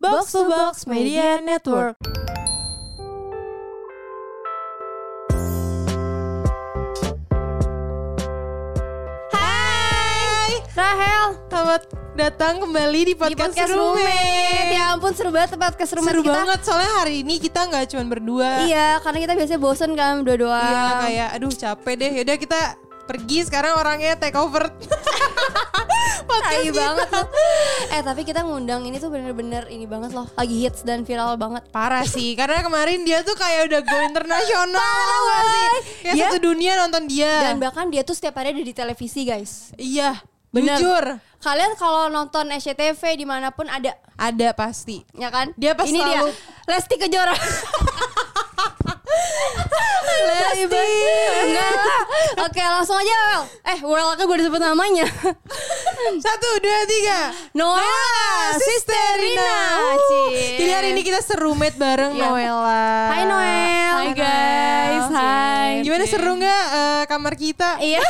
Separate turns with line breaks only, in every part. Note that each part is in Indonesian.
Box to Box Media Network.
Hai,
Rahel,
selamat datang kembali di
di
podcast,
podcast
Roommate.
roommate. Ya ampun seru banget podcast roommate
Seru
kita.
banget soalnya hari ini kita nggak cuma berdua.
Iya, karena kita biasanya bosen kan berdua-dua.
Iya, kayak aduh capek deh. Yaudah kita pergi sekarang orangnya take over. podcast
Tai
kita.
banget loh. Eh tapi kita ngundang ini tuh bener-bener ini banget loh. Lagi hits dan viral banget.
Parah sih, karena kemarin dia tuh kayak udah go internasional tau
Parah,
gak sih?
woy.
Kayak
Iya.
satu dunia nonton dia.
Dan bahkan dia tuh setiap hari ada di televisi guys.
iya,
Bener.
jujur
Kalian kalau nonton SCTV dimanapun ada,
ada pasti.
ya kan?
Dia pas
ini dia
selalu-
Lesti Kejora.
Lesti.
Enggak lah. Oke langsung aja Wel. Eh Wel kan gue udah sebut namanya.
Satu, dua, tiga.
Noella, Ah, Sister Rina.
Wuh.
Cie.
Jadi hari ini kita serumet bareng
Iya.
Noella.
Hai Noel.
Hai, guys.
Noel.
Hai.
Gimana seru nggak eh, kamar kita?
Iya.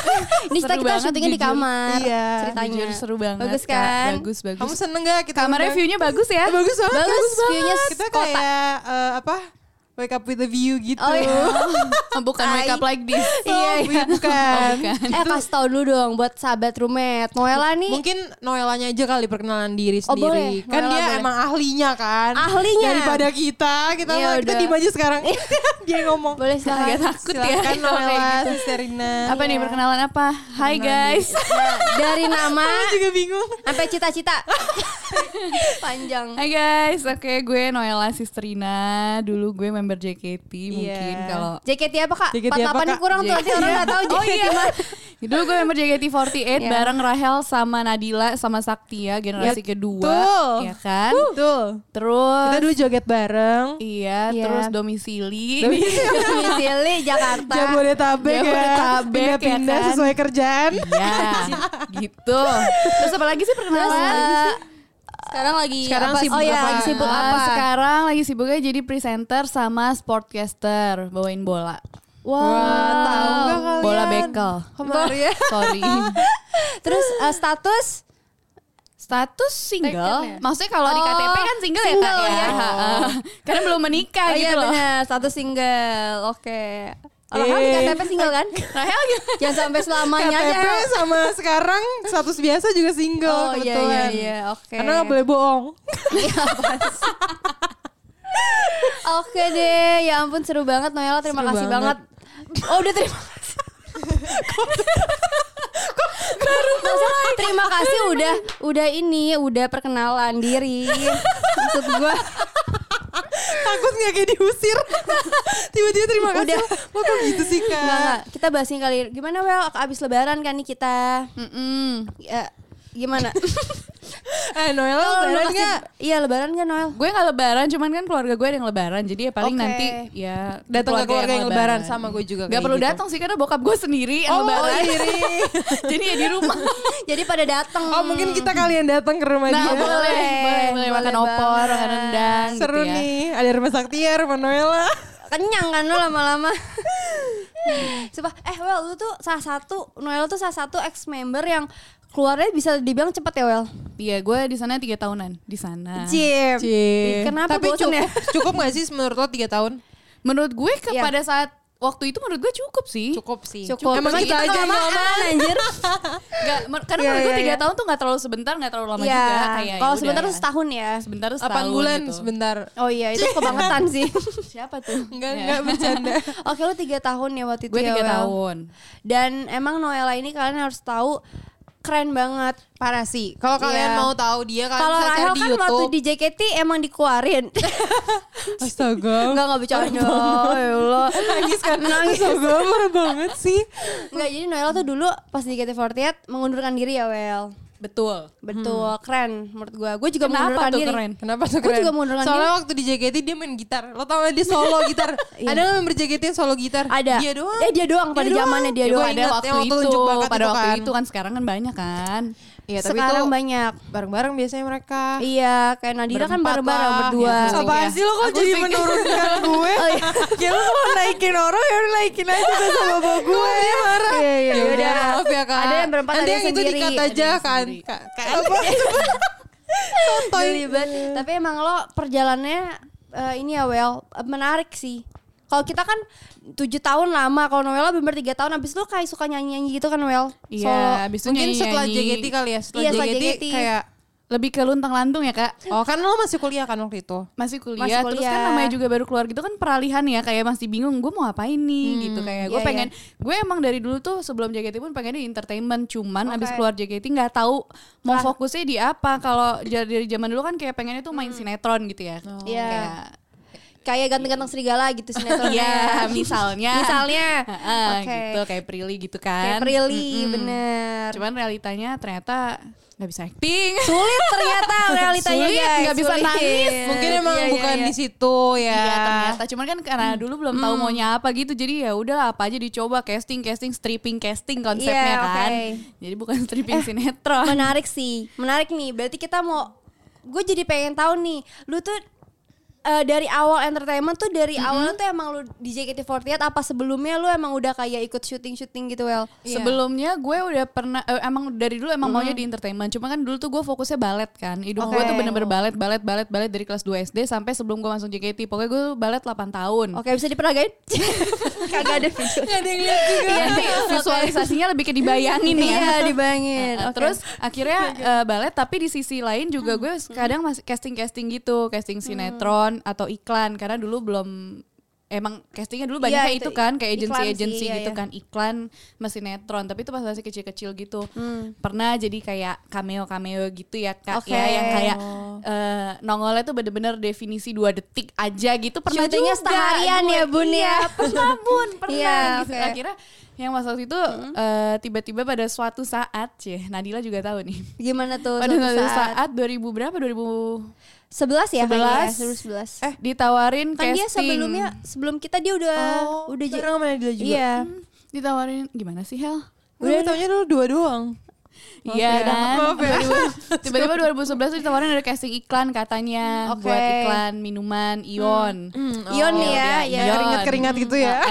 Ini kita
Seru
kita
banget,
syutingnya di
jujur.
kamar.
Iya,
Ceritanya.
Jujur seru banget.
Bagus
Kak.
kan?
Bagus bagus.
Kamu seneng nggak kita?
Kamarnya
undang?
view-nya bagus ya?
Eh, bagus banget.
Bagus,
banget.
view-nya
Kita
kota.
kayak eh, apa? Wake up with the view gitu.
Oh iya.
Bukan wake up like this.
Oh,
Iya, iya.
bukan.
Eh kasih tau dulu dong buat sahabat roommate Noella nih
Mungkin Noelanya aja kali perkenalan diri
Oh,
sendiri.
boleh.
Kan
Noella
dia
boleh.
emang ahlinya kan.
Ahlinya.
Daripada kita, kita
Iya,
kita
udah.
diem aja sekarang. Iya, dia ngomong.
Boleh silahkan
Agak takut ya.
Silakan Noella,
Kayak gitu.
Sisterina.
Apa nih perkenalan apa? Hai guys.
Dari nama
Aku juga bingung.
Sampai cita-cita Panjang
Hai guys. Oke, gue Noella Sisterina. Dulu gue member JKT mungkin
Iya.
kalau
JKT apa kak?
JKT apa,
48
Kak?
kurang tuh nanti orang gak tau
Oh
JKT
iya. Dulu gue member JKT48
Iya.
bareng Rahel sama Nadila sama Sakti ya generasi
Ya,
kedua,
betul.
ya kan?
Betul.
Terus
Kita dulu joget bareng. ya?
iya,
Iya.
terus domisili.
Domisili Jakarta
Jabodetabek ya.
Jabodetabek,
Pindah-pindah
ya kan?
sesuai kerjaan.
Iya, gitu. Terus apa lagi sih
Terus
perkenalan?
eh, sekarang lagi
Sekarang
apa?
sibuk
oh, iya,
apa?
lagi sibuk
Ah,
apa?
Sekarang lagi sibuknya jadi presenter sama sportcaster, bawain bola.
Wow,
Wah, tahu nggak kalian?
Bola bekel.
Kemarin.
Sorry.
Terus eh, status
Status single.
Taken ya?
Maksudnya kalau di
Oh,
KTP kan single, ya
single
Kak ya.
ya.
Heeh. Karena belum menikah
Oh
gitu
iya
loh.
benar, status single. Oke. Orang
Eh. gitu.
kamu di KTP single kan?
Rahel gimana?
Jangan sampai selamanya
KTP
aja.
sama sekarang status biasa juga single
Oh iya
kebetulan.
iya iya, oke.
Karena nggak boleh bohong.
Iya, Oke deh, ya ampun seru banget Noella, terima
Seru
kasih
banget.
banget. Oh udah terima kasih. baru mulai. Terima kasih udah udah ini udah perkenalan diri. Maksud gua
Takut nggak kayak diusir. Tiba-tiba terima kasih.
Udah.
Kok kayak gitu sih kak?
enggak enggak. Kita bahas ini kali. Gimana Wel abis lebaran kan nih kita?
Mm-mm.
Ya, gimana?
Eh Noel
Kalau lu
lebaran
masih-
nggak?
Iya lebaran nggak Noel?
Gue gak lebaran, cuman kan keluarga gue ada yang lebaran. Jadi ya paling
Oke.
nanti ya
Datang ke keluarga yang lebaran sama gue juga.
Gak perlu datang sih karena bokap gue sendiri
Oh,
yang lebaran.
iya.
sendiri.
iya. jadi ya di rumah.
Jadi pada datang.
Oh mungkin kita kalian datang ke rumah
Nah,
dia.
boleh, boleh, boleh,
Iya. Boleh
makan opor,
banget.
makan rendang
Seru
gitu ya.
nih. Ada rumah sakti ya, rumah Noella.
kenyang kan lo lama-lama. Sumpah, eh Wel lu tuh salah satu Noel tuh salah satu ex member yang keluarnya bisa dibilang cepet ya Wel.
Iya, gue di sana tiga tahunan di sana.
Jim.
Cie.
Kenapa
Tapi
bosen
cukup,
ya?
cukup gak sih menurut lo 3 tahun?
Menurut gue ke- pada saat waktu itu menurut gue cukup sih.
Cukup sih.
Iya. Cukup.
Emang
Cuman
kita,
kita kan?
aja yang
kelamaan,
lama.
anjir.
Nggak, mer- karena
Iya,
menurut gue
iya,
tiga
iya.
tahun tuh nggak terlalu sebentar, nggak terlalu lama
Iya.
juga. Kayak
Kalau
ya
sebentar
udah.
tuh setahun ya.
sebentar tuh setahun
8 bulan
gitu.
sebentar.
Oh iya, itu kebangetan sih.
Siapa tuh?
Enggak,
Ya.
enggak bercanda.
Oke, lu tiga tahun ya waktu itu
Gue
ya,
tiga
Wel.
tahun.
Dan emang Noella ini kalian harus tahu keren banget.
Parah sih. Kalau kalian
Iya.
mau tahu dia kalian
Kalau
bisa
Rahel
cari di
kan
YouTube.
waktu di JKT emang dikeluarin.
Astaga.
Enggak enggak bercanda. Ya Allah.
Nangis kan? Nangis. Astaga, parah banget sih.
Enggak, jadi Noella tuh dulu pas di KT48 mengundurkan diri ya, Wel.
Betul.
Betul, keren menurut gua. Gue juga
Kenapa
mengundurkan
tuh
diri.
keren?
Kenapa Hmm. tuh
Gua
keren?
juga mengundurkan
Soalnya waktu di JKT dia main gitar. Lo tau gak dia solo gitar.
Iya.
Ada gak member JKT yang solo gitar?
Ada.
Dia doang.
Eh, dia doang pada
doang.
zamannya dia
Ya, gua
doang.
Pada
ingat
waktu,
yang waktu
itu,
tunjuk bakat
pada
itu
waktu
kan.
itu kan sekarang kan banyak kan.
Iya, tapi itu
Sekarang
Ah.
banyak.
bareng-bareng biasanya mereka.
Iya, kayak Nadira kan
Berempat
bareng-bareng
lah.
berdua. gitu.
Ya,
Apa
Apaan
sih lo kok jadi menurunkan gue?
Oh, iya.
ya lo mau naikin orang ya udah naikin aja sama bawa gue. Dia marah.
Iya, iya,
Oh, Ya
yaudah.
maaf ya kak.
Ada yang berempat,
Nanti
ada
yang
yang
itu
sendiri.
dikat
Ada
aja
yang
kan.
sendiri.
Kak, kak apa?
Geli banget. Tapi emang lo perjalanannya eh, ini ya well eh, menarik sih. Kalau kita kan tujuh tahun lama, kalau Noel bener tiga tahun. Abis itu lo kayak suka nyanyi-nyanyi gitu kan Noel?
Iya, abis itu
Mungkin
nyanyi-nyanyi.
setelah JKT kali ya, setelah,
Iya, setelah
JKT,
JKT.
kayak
Lebih ke luntang lantung ya kak?
Oh kan lo masih kuliah kan waktu itu?
Masih kuliah,
Masih
terus
kuliah.
kan namanya juga baru keluar gitu kan peralihan ya kayak masih bingung gue mau apain nih gitu kayak gue
iya,
pengen gue emang dari dulu tuh sebelum JKT pun pengen di entertainment cuman abis
Oke.
keluar JKT nggak tahu
Lah.
mau fokusnya di apa kalau j- dari zaman dulu kan kayak pengennya tuh main sinetron gitu ya
Hmm. Iya.
Kayak,
Kayak ganteng-ganteng serigala gitu sinetronnya.
iya misalnya
Misalnya.
Heeh,
Oke.
gitu kayak Prilly gitu
Kayak
kan
Prilly, bener.
cuman realitanya ternyata nggak bisa acting
Sulit ternyata realitanya
Sulit,
guys.
nggak bisa
sulit.
nangis.
Mungkin emang
Iya, iya,
bukan
iya.
di situ ya.
Iya ternyata cuman kan karena
Hmm.
dulu belum tahu maunya apa gitu jadi ya udah apa aja dicoba casting casting stripping casting
Iya,
konsepnya kan
oke. Eh,
jadi bukan stripping sinetron
Menarik sih, menarik nih. Berarti kita mau, gue jadi pengen tahu nih, lu tuh eh, dari awal entertainment tuh dari awal tuh emang lu di JKT48 apa sebelumnya lu emang udah kayak ikut syuting syuting gitu well?
Iya. sebelumnya gue udah pernah eh, emang dari dulu emang maunya di entertainment cuma kan dulu tuh gue fokusnya balet kan hidup gue
Hmm. Oke.
tuh bener-bener balet balet balet balet dari kelas 2 SD sampai sebelum gue masuk JKT pokoknya gue balet 8 tahun
Oke bisa diperagain? Kagak ada video.
Gak ada yang lihat juga.
Iya sih, visualisasinya lebih ke dibayangin ya
Iya dibayangin. Oke.
Nah,
Hmm.
Terus akhirnya eh, balet tapi di sisi lain juga gue kadang masih casting-casting gitu, casting sinetron atau iklan karena dulu belum emang castingnya dulu banyak
Iya,
kayak
itu
itu kan kayak
iklan sih,
agency-agency
iya,
gitu
iya.
kan iklan masih sinetron tapi itu pas masih kecil-kecil gitu. Pernah jadi kayak cameo-cameo gitu ya
Hmm.
Kak
Oke. Oh.
ya yang kayak eh, nongolnya tuh bener-bener definisi dua detik aja gitu pernah
Syutingnya
juga
seharian
gue.
ya, Bun, ya.
Iya, pernah Bun, pernah
Iya,
gitu.
oke.
Akhirnya yang mas waktu itu eh, tiba-tiba pada suatu saat ya Nadila juga tahu nih
Gimana tuh?
pada
suatu
suatu
saat?
saat, 2000 berapa 2000
11 ya? kayaknya ya?
11.
11.
eh ditawarin
kan
casting
dia sebelumnya sebelum kita dia udah
Oh,
udah j-
bareng sama Nadila juga?
Iya.
ditawarin gimana sih Hel
Udah taunya dulu dua doang.
Iya
ya.
kan
Maaf ya.
2000 tiba-tiba 2011 tuh ditawarin ada casting iklan katanya
Oke.
buat iklan minuman Ion
Ion
oh,
nih ya,
udah,
ya.
Ion.
Keringat-keringat gitu ya.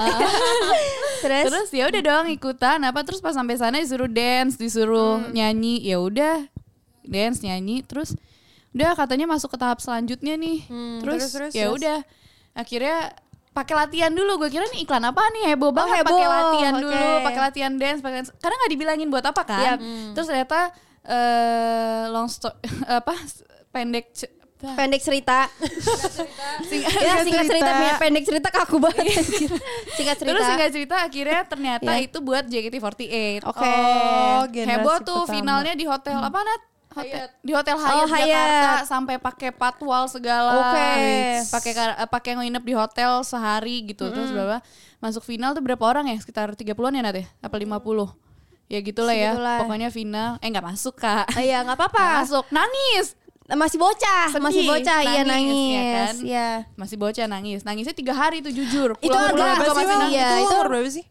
Terus,
iya. terus ya udah dong ikutan apa terus pas sampai sana disuruh dance disuruh nyanyi ya udah dance nyanyi terus udah katanya masuk ke tahap selanjutnya nih terus,
terus, terus,
ya
terus.
udah akhirnya pakai latihan dulu gue kira nih iklan apa nih heboh banget
heboh,
Oh, pakai latihan
oke.
dulu pakai latihan dance pakai dance. karena nggak dibilangin buat apa kan
Yap.
terus ternyata eh long story apa pendek ce-
pendek cerita.
sing-
ya, singkat cerita,
cerita.
punya pendek cerita kaku banget. anjir. singkat cerita.
Iya. Terus singkat cerita akhirnya ternyata
Iya.
itu buat JKT48.
Oke. Hmm.
Oh, generasi
Heboh tuh
pertama.
finalnya di hotel apa Nat? Hotel, di hotel Hyatt,
Oh,
Jakarta
Hyatt.
sampai pakai patwal segala.
Oke.
Wih, Pakai kar- eh, pakai nginep di hotel sehari gitu. Terus
Hmm.
berapa? Masuk final tuh berapa orang ya? Sekitar 30-an ya Nat ya? Apa 50? Ya gitulah ya.
Segitulah.
Pokoknya final eh nggak masuk, Kak.
Ah, iya, nggak apa-apa.
Nggak masuk. Nangis.
Masih bocah,
Nah, Sedih,
masih bocah, iya
nangis,
nangis.
ya
Iya.
kan? Masih bocah nangis. Nangisnya tiga hari tuh jujur.
Itu agak-
Pulang-pulang
berapa
juga
sih?
masih
Bang?
nangis.
Iya,
itu,
itu-
umur berapa sih?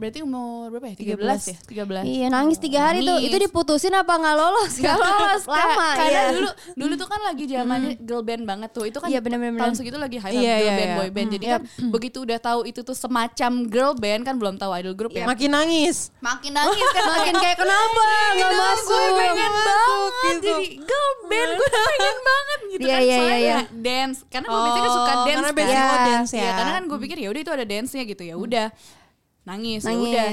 Berarti umur berapa ya?
13.
13, ya? 13.
Iya, nangis tiga hari tuh. Itu
Nangis.
diputusin apa nggak lolos?
Gak lolos Kak.
Gitu. lama.
Karena
iya.
dulu dulu tuh kan lagi zamannya girl band banget tuh. Itu kan
Iya, bener, bener, bener.
tahun segitu lagi hype
Iya,
up girl
iya,
band
iya.
boy band. Jadi kan begitu udah tahu itu tuh semacam girl band kan belum tahu idol
Iya.
group ya.
Makin nangis.
Makin nangis kan
makin kayak kenapa nggak
Kenapa
masuk?
gue
pengen
Masuk
banget
gitu.
jadi girl band gue tuh pengen banget gitu
Iya,
kan
iya, iya,
soalnya
iya.
dance karena gue biasanya kan suka
Oh,
dance
Karena
kan.
biasanya
Iya.
lo dance ya.
Iya, karena kan gue pikir ya udah itu ada dance-nya gitu ya udah nangis, ya
Nangis.
udah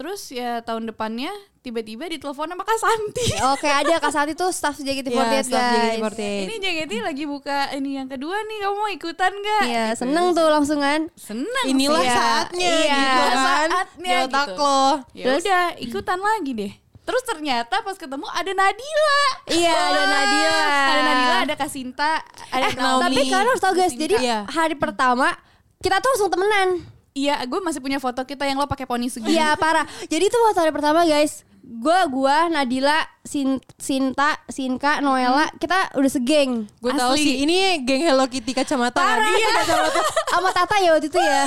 terus ya tahun depannya tiba-tiba ditelepon sama Kak Santi
Oke, ada Kak Santi tuh staff JKT48
Iya,
guys.
staff JKT48.
Iya.
ini JKT lagi buka ini yang kedua nih kamu mau ikutan gak?
Iya,
Gitu.
seneng tuh langsung kan.
seneng ya.
Inilah
Iya,
saatnya
iya.
gitu kan.
Saatnya
Di otak
gitu.
lo.
ya udah ikutan lagi deh terus ternyata pas ketemu ada Nadila
Iya, ada Nadila.
ada Nadila ada Kak Sinta ada
Eh,
Naomi
tapi kalian harus tahu guys, jadi
Iya.
hari pertama kita tuh langsung temenan.
iya gue masih punya foto kita yang lo pakai poni segini
Iya, parah. Jadi tuh waktu hari pertama guys, gua gua Nadila, Sin- Sinta, Sinka, Noela,
Hmm.
kita udah segeng.
Gue tahu
Asli.
sih, ini geng Hello Kitty kacamata.
Parah.
kan?
Sama Tata ya waktu itu ya.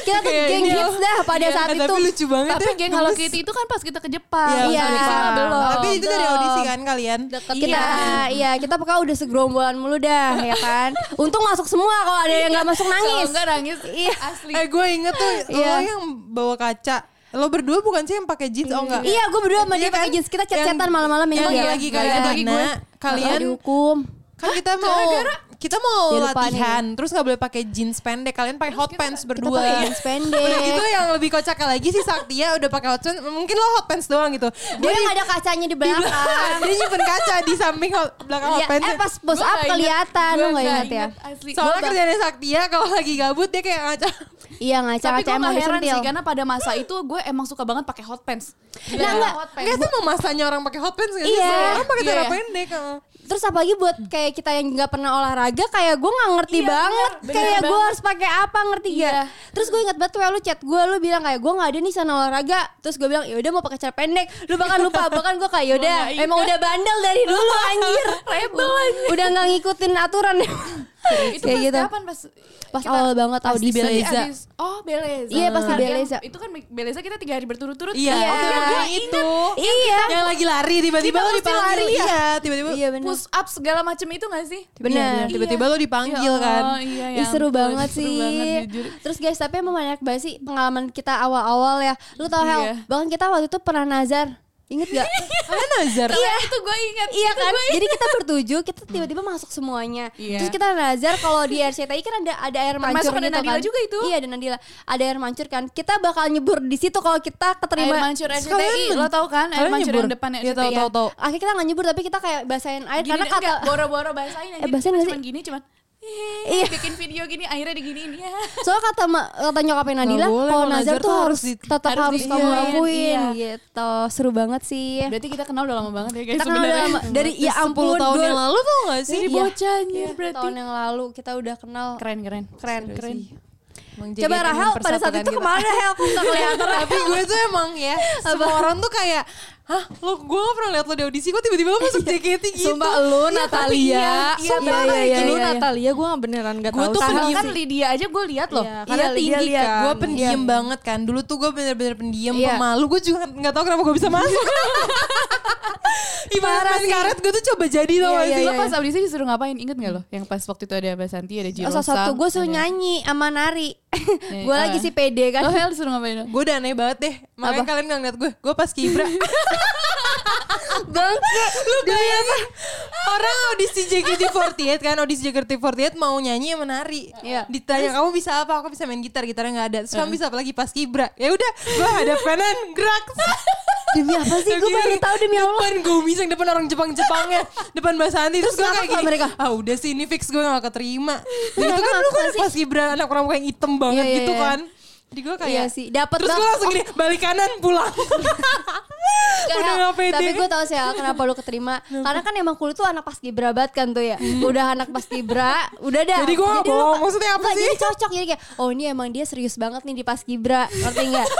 Kita tuh
Kayak
geng
ini loh.
hits dah pada
Iya,
saat itu.
Tapi lucu banget
tapi
ya,
geng Hello
gemes.
Kitty itu kan pas kita ke Jepang
Iya,
pas
Di sana
Jepang.
belum
Tapi itu dari
Belum.
audisi kan kalian?
kita iya kita pokoknya udah segerombolan mulu dah ya kan untung masuk semua kalau ada yang nggak masuk
Kalau
nangis
enggak nangis
Iya.
asli
Eh gue inget Eh, tuh
Iya.
lo yang bawa kaca Lo berdua bukan sih yang pakai jeans oh enggak?
Iya, gue berdua sama
Iya
dia pakai
kan?
jeans. Kita chat-chatan
Yang-
malam-malam ini.
Yang
Iya. Nah,
lagi
Gak ada
kalian
lagi gue.
kalian
dihukum.
kan kita mau kita mau
Dia lupa nih.
latihan terus nggak boleh pakai jeans pendek kalian pakai hot pants
Kita pakai
berdua
jeans pendek.
Udah gitu yang lebih kocak lagi sih Saktia udah pakai hot pants mungkin lo hot pants doang gitu
Gue
dia
yang
di-
ada kacanya
di
di belakang.
belakang dia nyimpen kaca di samping hot, belakang
Iya,
hot pants
eh pas push up kelihatan lu gak ingat ya?
soalnya kerjanya Saktia kalau lagi gabut dia kayak ngaca
Iya
tapi
ngaca-ngaca
gue
emang
gak heran
disentil.
sih karena pada masa itu gue emang suka banget pakai hot pants. Gila,
Nah, enggak.
hot
Enggak
pants.
itu mau masanya orang pakai hot pants gak sih?
Iya.
Orang pakai
Iya,
celana
iya.
pendek. heeh.
Terus apalagi buat kayak kita yang nggak pernah olahraga kayak gue nggak ngerti
Iya,
banget
bener, bener
kayak gue
banget.
harus pakai apa ngerti gak?
Iya.
Terus gue inget banget tuh lu chat gue lu bilang kayak gue nggak ada nih sana olahraga. Terus gue bilang yaudah mau pakai cara pendek. Lu bahkan lupa bahkan gue kayak yaudah
Gua nggak
emang
ingat.
udah bandel dari dulu anjir.
Rebel aja.
udah nggak ngikutin aturan. gitu.
Itu pas kapan pas
Pas
kita-
awal banget
pas di
audisi.
Beleza.
Abis- oh Beleza.
Iya, pas di
Kalian-
Beleza.
Itu kan Beleza kita tiga hari berturut-turut.
Iya,
Iya.
kan? Oh, gua
itu.
Iya.
Yang lagi lari tiba-tiba
Kita
lo
mesti
dipanggil.
lari, ya?
Iya, tiba-tiba.
Iya benar.
push up segala macam itu gak sih?
Benar.
Iya, Tiba-tiba lo dipanggil
Ya
kan.
Allah, Iya, ya
Ih, seru
ampun,
banget
seru
sih.
banget, jujur.
Terus guys, tapi emang banyak banget sih pengalaman kita awal-awal ya. Lu tau Hel,
Iya.
bahkan kita waktu itu pernah nazar. Ingat gak?
Kalian Kan, nazar.
Iya, itu gue ingat.
iya
itu
kan?
gua
Jadi kita bertujuh, kita tiba-tiba masuk semuanya.
Iya.
Terus kita nazar kalau di RCTI kan ada ada air
Termasuk
mancur
ada
gitu
Nadila
kan.
juga itu.
Iya, ada Nadila. Ada air mancur kan. Kita bakal nyebur di situ kalau kita
air
keterima.
mancur ya. RCTI,
Kalian-
lo tau kan? Air
kalian
mancur
nyebur?
yang depan
Iya,
RCTI.
tau, tau, tau.
kan? Akhirnya kita gak nyebur tapi kita kayak basahin air Eh,
Gini,
karena
enggak,
kata
boro-boro bahasain aja.
Eh, bahasain nggak
cuman
sih?
gini, cuman
Iya.
iya. bikin video gini akhirnya diginiin ya.
Soalnya kata ma- kata nyokapnya Nadila
Nggak boleh,
kalau
kalau
nazar
nazar
tuh
tuh
harus
harus di-
tetap
harus
harus, kamu
diiyain,
lakuin
iya.
gitu. Seru banget sih.
Berarti kita kenal udah lama banget ya guys
Iya. Kita kenal udah
sebenarnya.
lama dari ya ampun
10 tahun
dua-
yang lalu tuh gak sih?
Iya.
bocahnya berarti.
tahun yang lalu kita udah kenal.
Keren, keren.
Keren,
Seru
keren.
sih. Emang
Coba
JKT
Rahel pada saat
mempersatukan
itu
kita.
kemana Hel? Nggak kelihatan.
gitu. tapi gue tuh emang ya semua orang tuh kayak hah lo gue gak pernah liat lo di audisi kok tiba-tiba lo masuk JKT gitu
Sumpah lu
Iya, tapi iya,
Natalia.
iya,
Sumpah
iya,
kayak
iya,
lu
iya, iya.
Natalia gue beneran gak
Gua
tahu.
tuh
Karena
Padahal
pendiam
kan
sih.
Lydia aja gue lihat loh.
Iya,
karena
Lydia
tinggi
lihat
kan, Iya.
kan.
gue pendiam banget kan. Dulu tuh gue bener-bener pendiam, pemalu. Gue juga nggak tahu kenapa gue bisa masuk. Ibarat main karet, gue tuh coba jadi
Iya,
tau gak iya. sih.
Lo pas audisi disuruh ngapain? Ingat gak lo? Yang pas waktu itu ada Basanti, ada Jiro
Salah satu gue suruh nyanyi sama nari. gue
Iya.
lagi si pede kan.
Lo Hel disuruh ngapain? lo?
Gue udah aneh banget deh. Makanya kalian gak ngeliat gue. Gue pas kibra.
Bangke.
Lu bayangin. Orang audisi JKT48 kan. Audisi JKT48 mau nyanyi sama menari.
Iya.
Ditanya kamu bisa apa? Aku bisa main gitar. Gitarnya gak ada. Terus kamu bisa apa lagi? Pas kibra. Ya udah, gue hadap kanan. Gerak.
Demi apa sih? Gue baru tahu demi Allah.
Depan gue misang depan orang Jepang-Jepangnya Depan bahasa anti Terus,
Terus
gue
kenapa
kayak gini
kalau mereka?
Ah udah sih ini fix gue gak keterima Dan
Mereka
itu kan lu
maksa
kan
sih.
pas Gibran anak orang yang hitam banget
Iya, iya,
gitu
iya.
kan Jadi gue kayak
Iya sih, dapet
Terus gue
banget.
langsung gini balik kanan pulang Udah
Hel,
gak pede
tapi gue tau sih Hel, kenapa lu keterima Karena kan emang kulit tuh anak pas kibra banget kan tuh ya
Hmm.
Udah anak pas kibra Udah dah
Jadi gue gak
lu
bohong
ka-
Maksudnya apa
Enggak,
sih
jadi cocok jadi kayak oh ini emang dia serius banget nih di paskibra ngerti nggak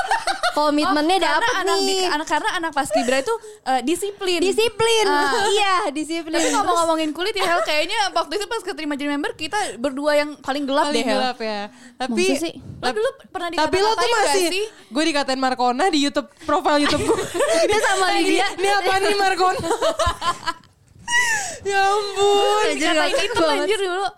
komitmennya
Oh, karena
dapet
anak di-
nih
anak karena anak paskibra itu eh, disiplin.
disiplin
Ah.
iya disiplin
Tapi
Terus-
ngomong-ngomongin kulit ya Hel kayaknya waktu itu pas keterima jadi member kita berdua yang paling gelap
Paling
deh Hel.
gelap ya Tapi
Masa sih?
Lo dulu pernah
tapi lo tuh
dikata-katain nggak
masih
sih?
gue dikatain Markona di YouTube profil YouTube gue
Dia sama Lydia.
ini apa nih Markona ya ampun
Dikatain itu anjir dulu.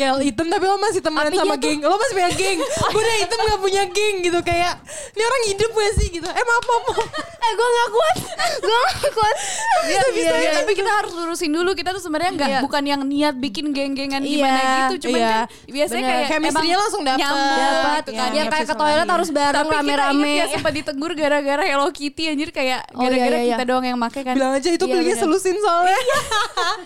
Ya hitam tapi lo masih temenan
Apinya
sama
tuh-
geng Lo masih punya geng Gue udah hitam gak punya geng gitu Kayak ini orang hidup gak sih gitu Eh maaf maaf maaf.
eh gue nggak kuat gue nggak kuat
Iya, iya, iya. tapi kita harus lurusin dulu. Kita tuh sebenarnya nggak bukan yang niat bikin geng-gengan gimana
Iya,
gitu. Cuman
iya.
kan biasanya
Bener.
kayak
Chemistry-nya langsung dapet.
nyambung
dapat
gitu
ya,
kan.
Iya,
kayak ke
sama
toilet
lain.
harus bareng
Tapi kita
rame-rame
inget ya sempat ditegur gara-gara Hello Kitty anjir kayak
Oh,
gara-gara
iya, iya,
kita
iya.
doang yang make kan.
Bilang aja itu
Iya,
belinya
bener.
selusin soalnya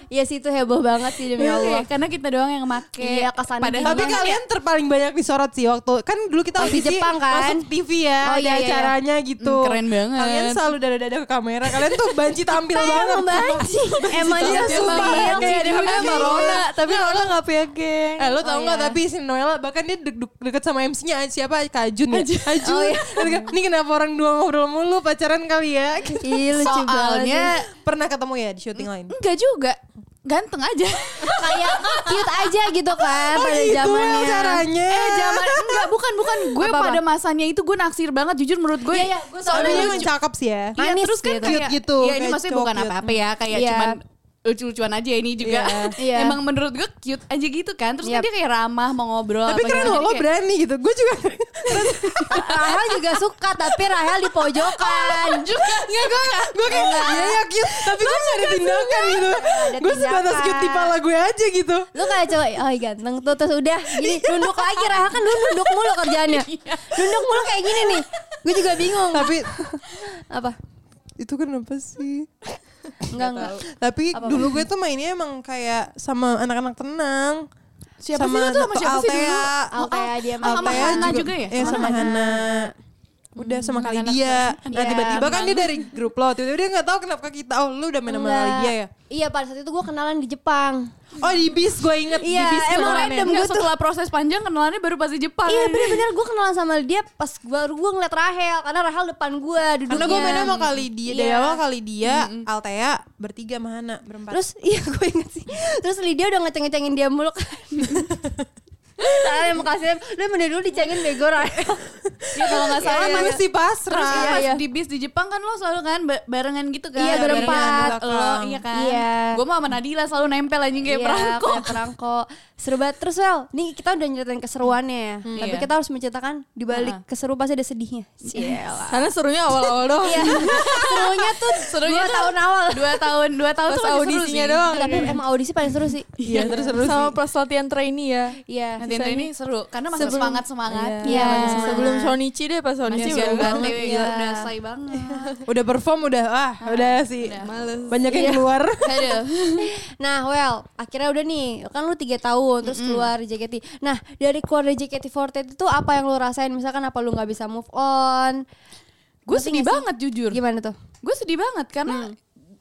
iya sih itu heboh banget sih demi
Iya,
Allah
karena kita doang yang make.
Iya, kesana
Padahal
Tapi
Gimana
kalian terpaling banyak disorot sih waktu Kan dulu kita
Pas di
audisi
Jepang kan?
Masuk TV ya
Oh,
Ada
iya, iya, iya.
acaranya gitu
Hmm, keren banget.
Kalian selalu dada-dada ke kamera Kalian tuh banci tampil
Saya
banget
emang banci emang dia
Iya,
sumpah
sumpah.
banci.
Kayak dia
Emang
sama Rona.
tapi Rona gak punya geng.
Eh lo tau
Oh,
gak
iya.
tapi si Noella bahkan dia deg deg- deket sama MC-nya siapa Kak Ajun ya? Ajun.
Oh, iya.
Ini kenapa orang dua ngobrol mulu pacaran kali ya?
Ih, lucu
soalnya
banget
Pernah ketemu ya di syuting lain?
enggak juga. Ganteng aja.
kayak cute aja gitu kan pada
gitu
zamannya
emang caranya.
eh zaman enggak bukan bukan gue
Apa-apa?
pada masanya itu gue naksir banget jujur menurut gue.
Iya, iya, gue
Tapi
Soalnya
emang cakep sih ya.
Iya
Manis
terus kan
gitu.
kayak
Cute gitu,
Ya ini
kayak
maksudnya
cowok
bukan
cute.
apa-apa ya kayak
Iya.
cuman lucu-lucuan aja ini juga.
Iya.
Emang menurut gue cute aja gitu kan. Terus kan
Yep.
dia kayak ramah mau ngobrol.
Tapi
apa
keren loh,
gimana, jadi
lo
kayak-
berani gitu. Gue juga
Rahel juga suka tapi Rahel di pojokan.
Nggak, gue gue kayak ya, ya cute, tapi gue nggak ada tindakan gitu.
ada
Gue sebatas
tindakan.
cute di pala gue aja gitu.
Lu kayak cowok, oh ganteng tuh terus udah gini nunduk lagi Rahel kan lu nunduk mulu kerjaannya.
Iya.
Nunduk mulu kayak gini nih. Gue juga bingung.
Tapi
Apa?
itu kenapa sih?
Enggak enggak.
Tapi dulu gue tuh mainnya emang kayak sama anak-anak tenang.
Siapa sih lu tuh sama
anak-
siapa sih dulu?
Althea.
Althea dia
Oh, sama
Althea
Hana juga ya?
Iya, sama Hana. Udah sama kali dia. Nah
Iya,
tiba-tiba kan dia dari grup lo. Tiba-tiba dia gak tahu kenapa kita. Oh lu udah main sama
Enggak.
Lydia ya?
Iya pada saat itu gue kenalan di Jepang.
Oh di bis gue inget. di
Iya,
bis
emang
kenalannya.
random
Nggak,
gue tuh.
ya? setelah proses panjang kenalannya baru pas di Jepang.
Iya bener-bener gue kenalan sama dia pas baru gue ngeliat Rahel karena Rahel depan gue duduknya.
Karena gue mainnya sama kali dia. Dari
Iya.
awal kali dia, Altea, bertiga sama Hana, berempat.
Terus iya gue inget sih. Terus Lydia udah ngeceng-ngecengin dia mulu kan. Soalnya emang kasihan, lu emang dari dulu dicengin bego Rahel.
Ya kalau nggak salah
Soalnya
pas-
gue sih
Terus
pasrah.
kan pas
Iya.
di bis di Jepang kan lo selalu kan ba- barengan gitu kan.
Iya, berempat.
Barengan, Lo iya kan.
Iya.
Gue mau sama Nadila selalu nempel anjing kayak
Iya,
perangko.
kayak perangko. Seru banget. Terus Wel, nih kita udah nyeritain keseruannya. ya. Tapi
Iya.
kita harus menceritakan di balik keseru pasti ada sedihnya. Iya.
Karena serunya awal-awal doang.
Serunya tuh
Serunya
dua
tuh
tahun awal.
Dua tahun, dua tahun
Pas
tuh masih seru
audisinya
sih.
doang.
Tapi emang audisi paling seru sih.
Iya, terus terus.
Sama pas latihan trainee ya.
Iya.
Nanti
Sisanya-
ini seru karena masih
Sebelum-
semangat semangat.
Iya.
Sebelum Sonichi deh pas
Masih
Sonichi
baru
baru
banget,
banget.
iya. udah say
Iya.
banget.
Udah perform, udah, ah, udah sih.
Males.
Banyak
Iya.
yang keluar.
Aduh.
Nah, well, akhirnya udah nih, kan lu 3 tahun terus keluar dari JKT. Nah, dari keluar dari JKT48 itu apa yang lu rasain? Misalkan apa lu nggak bisa move on?
Gue
Ngerti nggak sih? Iya.
sedih
Hmm.
banget jujur.
Gimana tuh?
gue sedih banget karena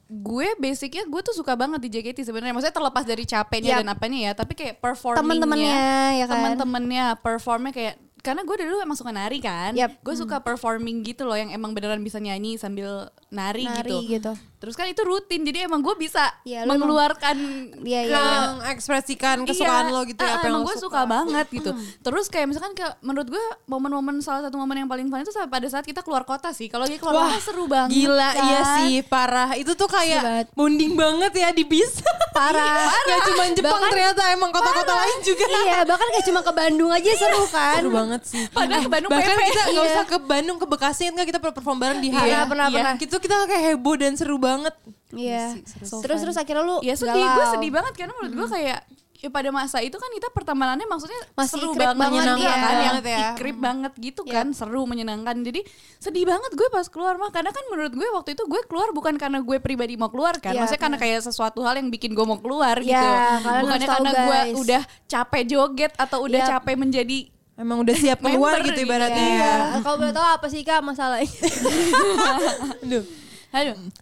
gue basicnya gue tuh suka banget di JKT sebenarnya maksudnya terlepas dari capeknya
Yap.
dan apanya ya tapi kayak performingnya
Iya. Temen-temennya, ya
Iya
kan?
temen-temennya performnya kayak karena gue dari dulu emang suka nari kan
Yap.
gue suka
Hmm.
performing gitu loh yang emang beneran bisa nyanyi sambil nari,
Nari
gitu.
gitu.
terus kan itu rutin jadi emang gue bisa
Iya, lu emang-
mengeluarkan
Iya, iya, iya.
Yang ekspresikan kesukaan
Iya,
lo gitu
eh,
ya, apa yang
emang
lo Hmm.
gue suka banget gitu terus kayak misalkan kayak menurut gue momen-momen salah satu momen yang paling fun itu saat- pada saat kita keluar kota sih kalau dia keluar
Wah,
kota seru banget
Gila,
kan?
iya sih, parah. Itu tuh
Seru banget.
kayak bonding banget ya di bis.
Parah.
Gak cuma Jepang
Bahkan-
ternyata, emang kota-kota lain juga.
iya, bahkan kayak cuma ke Bandung aja seru kan?
Seru banget sih.
Padahal Bandung
Bahkan
PP.
kita nggak
Iya.
usah ke Bandung, ke Bekasi kan kita perform bareng di hari.
Iya, pernah, pernah.
Itu kita kayak heboh dan seru banget.
Iya.
So
Terus terus akhirnya lu
Ya sedih, gue sedih banget karena menurut gue
Hmm.
kayak ya pada masa itu kan kita pertemanannya maksudnya
Masih
seru
ikrip
banget,
banget,
gitu
iya.
kan yang
Banget ya.
ikrip banget gitu kan seru menyenangkan jadi sedih banget gue pas keluar mah karena kan menurut gue waktu itu gue keluar bukan karena gue pribadi mau keluar kan
Iya,
maksudnya karena kayak sesuatu hal yang bikin gue mau keluar
Iya,
gitu
kalian
bukannya
harus tahu,
karena gue
guys.
udah capek joget atau udah
Iya.
capek menjadi
Emang udah siap keluar
Member
gitu
gitu
ibaratnya.
Iya. Kalau boleh tahu apa sih Kak masalahnya?
Aduh.
aduh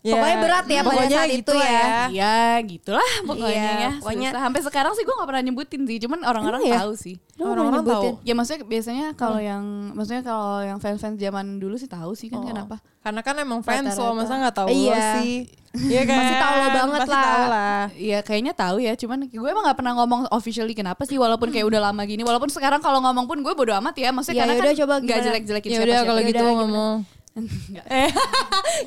Ya,
Pokoknya berat ya pada
pokoknya
saat itu
gitu lah
ya.
ya gitulah pokoknya
Iya,
ya
pokoknya-
susah. sampai sekarang sih gue gak pernah nyebutin sih cuman orang-orang
Emang ya?
tahu sih
Lu
Orang-orang
mau nyebutin? Iya.
tahu.
Ya maksudnya biasanya kalau yang maksudnya kalau yang fans-fans zaman dulu sih tahu sih kan kenapa.
Karena kan emang fans lo,
Rata-rata.
masa gak tahu lo
Iya.
sih. Iya kan?
Pasti tahu lo banget
Pasti
lah.
tahu lah.
Iya kayaknya tahu ya, cuman gue emang gak pernah ngomong officially kenapa sih walaupun kayak udah lama gini, walaupun sekarang kalau ngomong pun gue bodo amat ya,
Ya,
maksudnya karena
yaudah,
kan
coba
gak
gimana?
jelek-jelekin
Ya
siapa
udah
siapa.
kalau gitu ngomong.
Nggak.
Eh,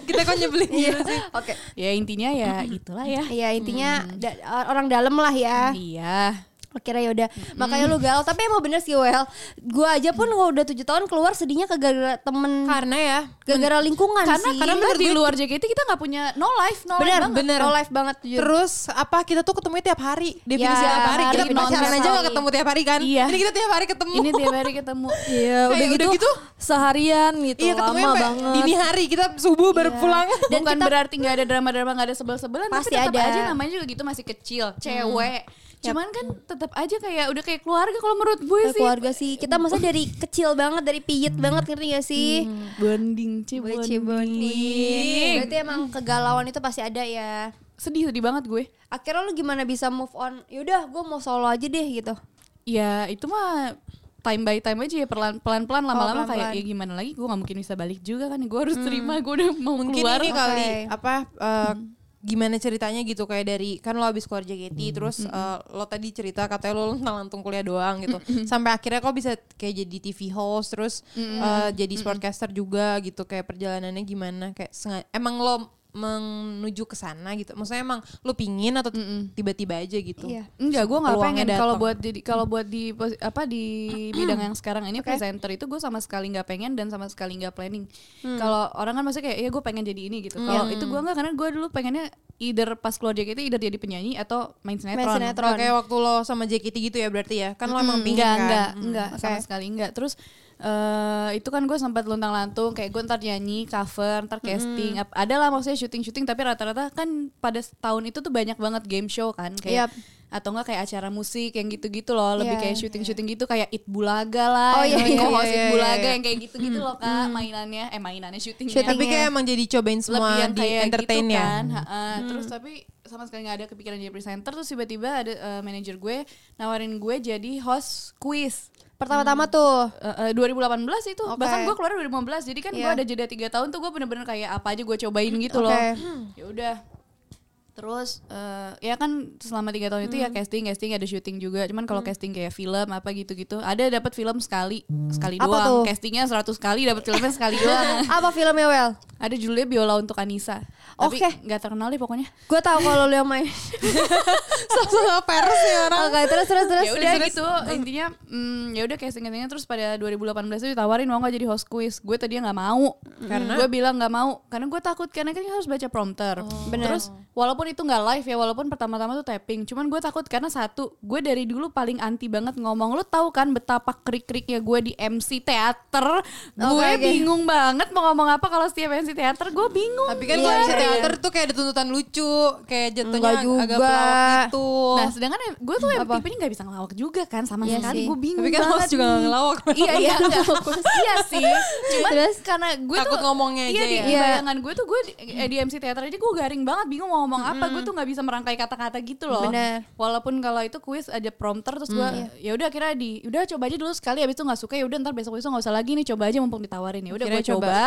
kita kan nyebelin gitu sih.
Iya Oke.
Ya intinya ya gitulah ya.
Iya, intinya da- orang dalam lah ya.
Iya.
Akhirnya yaudah Makanya lu galau Tapi emang bener sih Well Gue aja pun gua udah 7 tahun keluar Sedihnya ke gara-gara temen
Karena ya,
Gara-gara lingkungan
Mm. Karena
sih
karena menurut di luar JKT kita nggak punya no life, no
Bener
life banget.
bener.
No life banget jujur.
Terus apa kita tuh ketemu tiap hari. Definisi tiap
Ya,
hari. Kita
hari,
pacaran
nonton
aja gak
sekali.
ketemu tiap hari kan.
Iya.
Ini kita tiap hari ketemu.
Ini tiap hari ketemu.
Iya,
Kayak
udah
udah
gitu,
gitu,
seharian gitu,
Iya ketemu
lama banget.
dini hari kita subuh baru pulang.
Iya. Dan Bukan berarti nggak ada drama-drama nggak ada sebel-sebelan
Pasti
tapi tetap
ada. Hmm.
aja namanya juga gitu masih kecil cewek cuman kan tetap aja kayak udah kayak keluarga kalau menurut gue
Kayak
sih Mm.
keluarga sih Kita masa dari kecil banget Dari piyet banget ngerti gak sih
bonding cie
Bocah Berarti emang kegalauan itu pasti ada ya
sedih sedih banget gue
Akhirnya lu gimana bisa move on Yaudah gue mau solo aja deh gitu
ya itu mah time by time aja ya pelan pelan pelan lama
Oh,
lama kayak
pelan-pelan. Hmm.
ya gimana lagi gue nggak mungkin bisa balik juga kan gue harus terima gue udah mau
mungkin
keluar
ini kali
oke.
apa eh, gimana ceritanya gitu kayak dari kan lo habis keluar JKT terus eh, lo tadi cerita katanya lo langsung kuliah doang gitu sampai akhirnya kok bisa kayak jadi TV host terus eh, jadi sportcaster juga gitu kayak perjalanannya gimana kayak sengaja, emang lo menuju ke sana gitu. Maksudnya emang lu pingin atau t- tiba-tiba aja gitu.
Iya.
Enggak, gue nggak
Peluangnya
pengen kalau
datang.
buat jadi kalau buat di pos- apa di bidang yang sekarang ini presenter itu gue sama sekali nggak pengen dan sama sekali nggak planning.
Hmm.
Kalau orang kan maksudnya kayak ya gue pengen jadi ini gitu. Kalau itu gue nggak karena gue dulu pengennya either pas keluar JKT either jadi penyanyi atau main sinetron.
Main sinetron.
Oke, waktu lo sama JKT gitu ya berarti ya. Kan lo emang pingin kan.
enggak, enggak,
Mm.
enggak sama sekali enggak. Terus eh itu kan gue sempat luntang-lantung kayak gue ntar nyanyi cover, ntar casting, ap- ada lah maksudnya syuting-syuting tapi rata-rata kan pada tahun itu tuh banyak banget game show kan kayak
Yap.
atau enggak kayak acara musik yang gitu-gitu loh, lebih
Iya.
kayak syuting-syuting gitu kayak It Bulaga lah,
Oh,
yang
iya, iya,
co-host
iya,
It
iya,
Bulaga
iya.
yang kayak gitu-gitu loh Kak, mainannya eh mainannya syutingnya
Tapi kayak emang jadi cobain semua
lebih yang
di
Iya. kayak
entertain
gitu
ya.
kan ha-ha.
Hmm.
terus tapi sama sekali nggak ada kepikiran jadi presenter terus tiba-tiba ada eh, manajer gue nawarin gue jadi host quiz
Pertama-tama tuh
Eh, eh, 2018 itu
Oke.
bahkan gue keluar 2015 jadi kan gue
Iya.
ada jeda tiga tahun tuh gue bener-bener kayak apa aja gue cobain gitu loh
Oke.
ya udah terus eh, ya kan selama tiga tahun itu ya
Hmm.
casting casting ada syuting juga cuman kalau casting kayak film apa gitu-gitu ada dapat film sekali sekali
Apa
doang
tuh?
castingnya 100 kali dapat filmnya sekali doang
apa filmnya Well?
ada judulnya Biola untuk Anissa. Tapi
Oke.
nggak terkenal deh pokoknya.
Gue tahu kalau lu yang main.
Sama pers ya orang.
Oke, terus terus terus. Hmm.
Ya udah gitu intinya mm, ya udah casting castingnya terus pada 2018 itu ditawarin mau nggak jadi host quiz. Gue tadinya nggak mau.
Hmm.
Karena gue bilang nggak mau karena gue takut karena kan harus baca prompter.
Bener.
Terus walaupun itu nggak live ya walaupun pertama-tama tuh tapping. Cuman gue takut karena satu gue dari dulu paling anti banget ngomong. Lu tahu kan betapa krik-kriknya gue di MC teater. Gue
oke.
bingung banget mau ngomong apa kalau setiap MC teater gue bingung.
Tapi kan
Iya,
kalau MC
iya.
teater tuh kayak ada tuntutan lucu, kayak jatuhnya
Enggak
agak
juga.
pelawak gitu.
Nah, sedangkan em- gue tuh MPP ini gak bisa ngelawak juga kan sama
Iya
sekali.
sih.
Gue bingung
Tapi kan
banget
host juga
nih.
gak ngelawak.
Iya, iya. enggak. iya sih. Cuman karena gue
Takut
tuh
ngomongnya
iya,
aja
di,
ya.
di
Iya.
bayangan gue tuh gue di, eh, di MC teater aja gue garing banget bingung mau ngomong apa. Gue tuh gak bisa merangkai kata-kata gitu loh.
Bener.
Walaupun kalau itu kuis ada prompter terus gue ya udah akhirnya di udah coba aja dulu sekali habis itu nggak suka ya udah ntar besok besok nggak usah lagi nih coba aja mumpung ditawarin ya udah gue
Akhirnya
coba,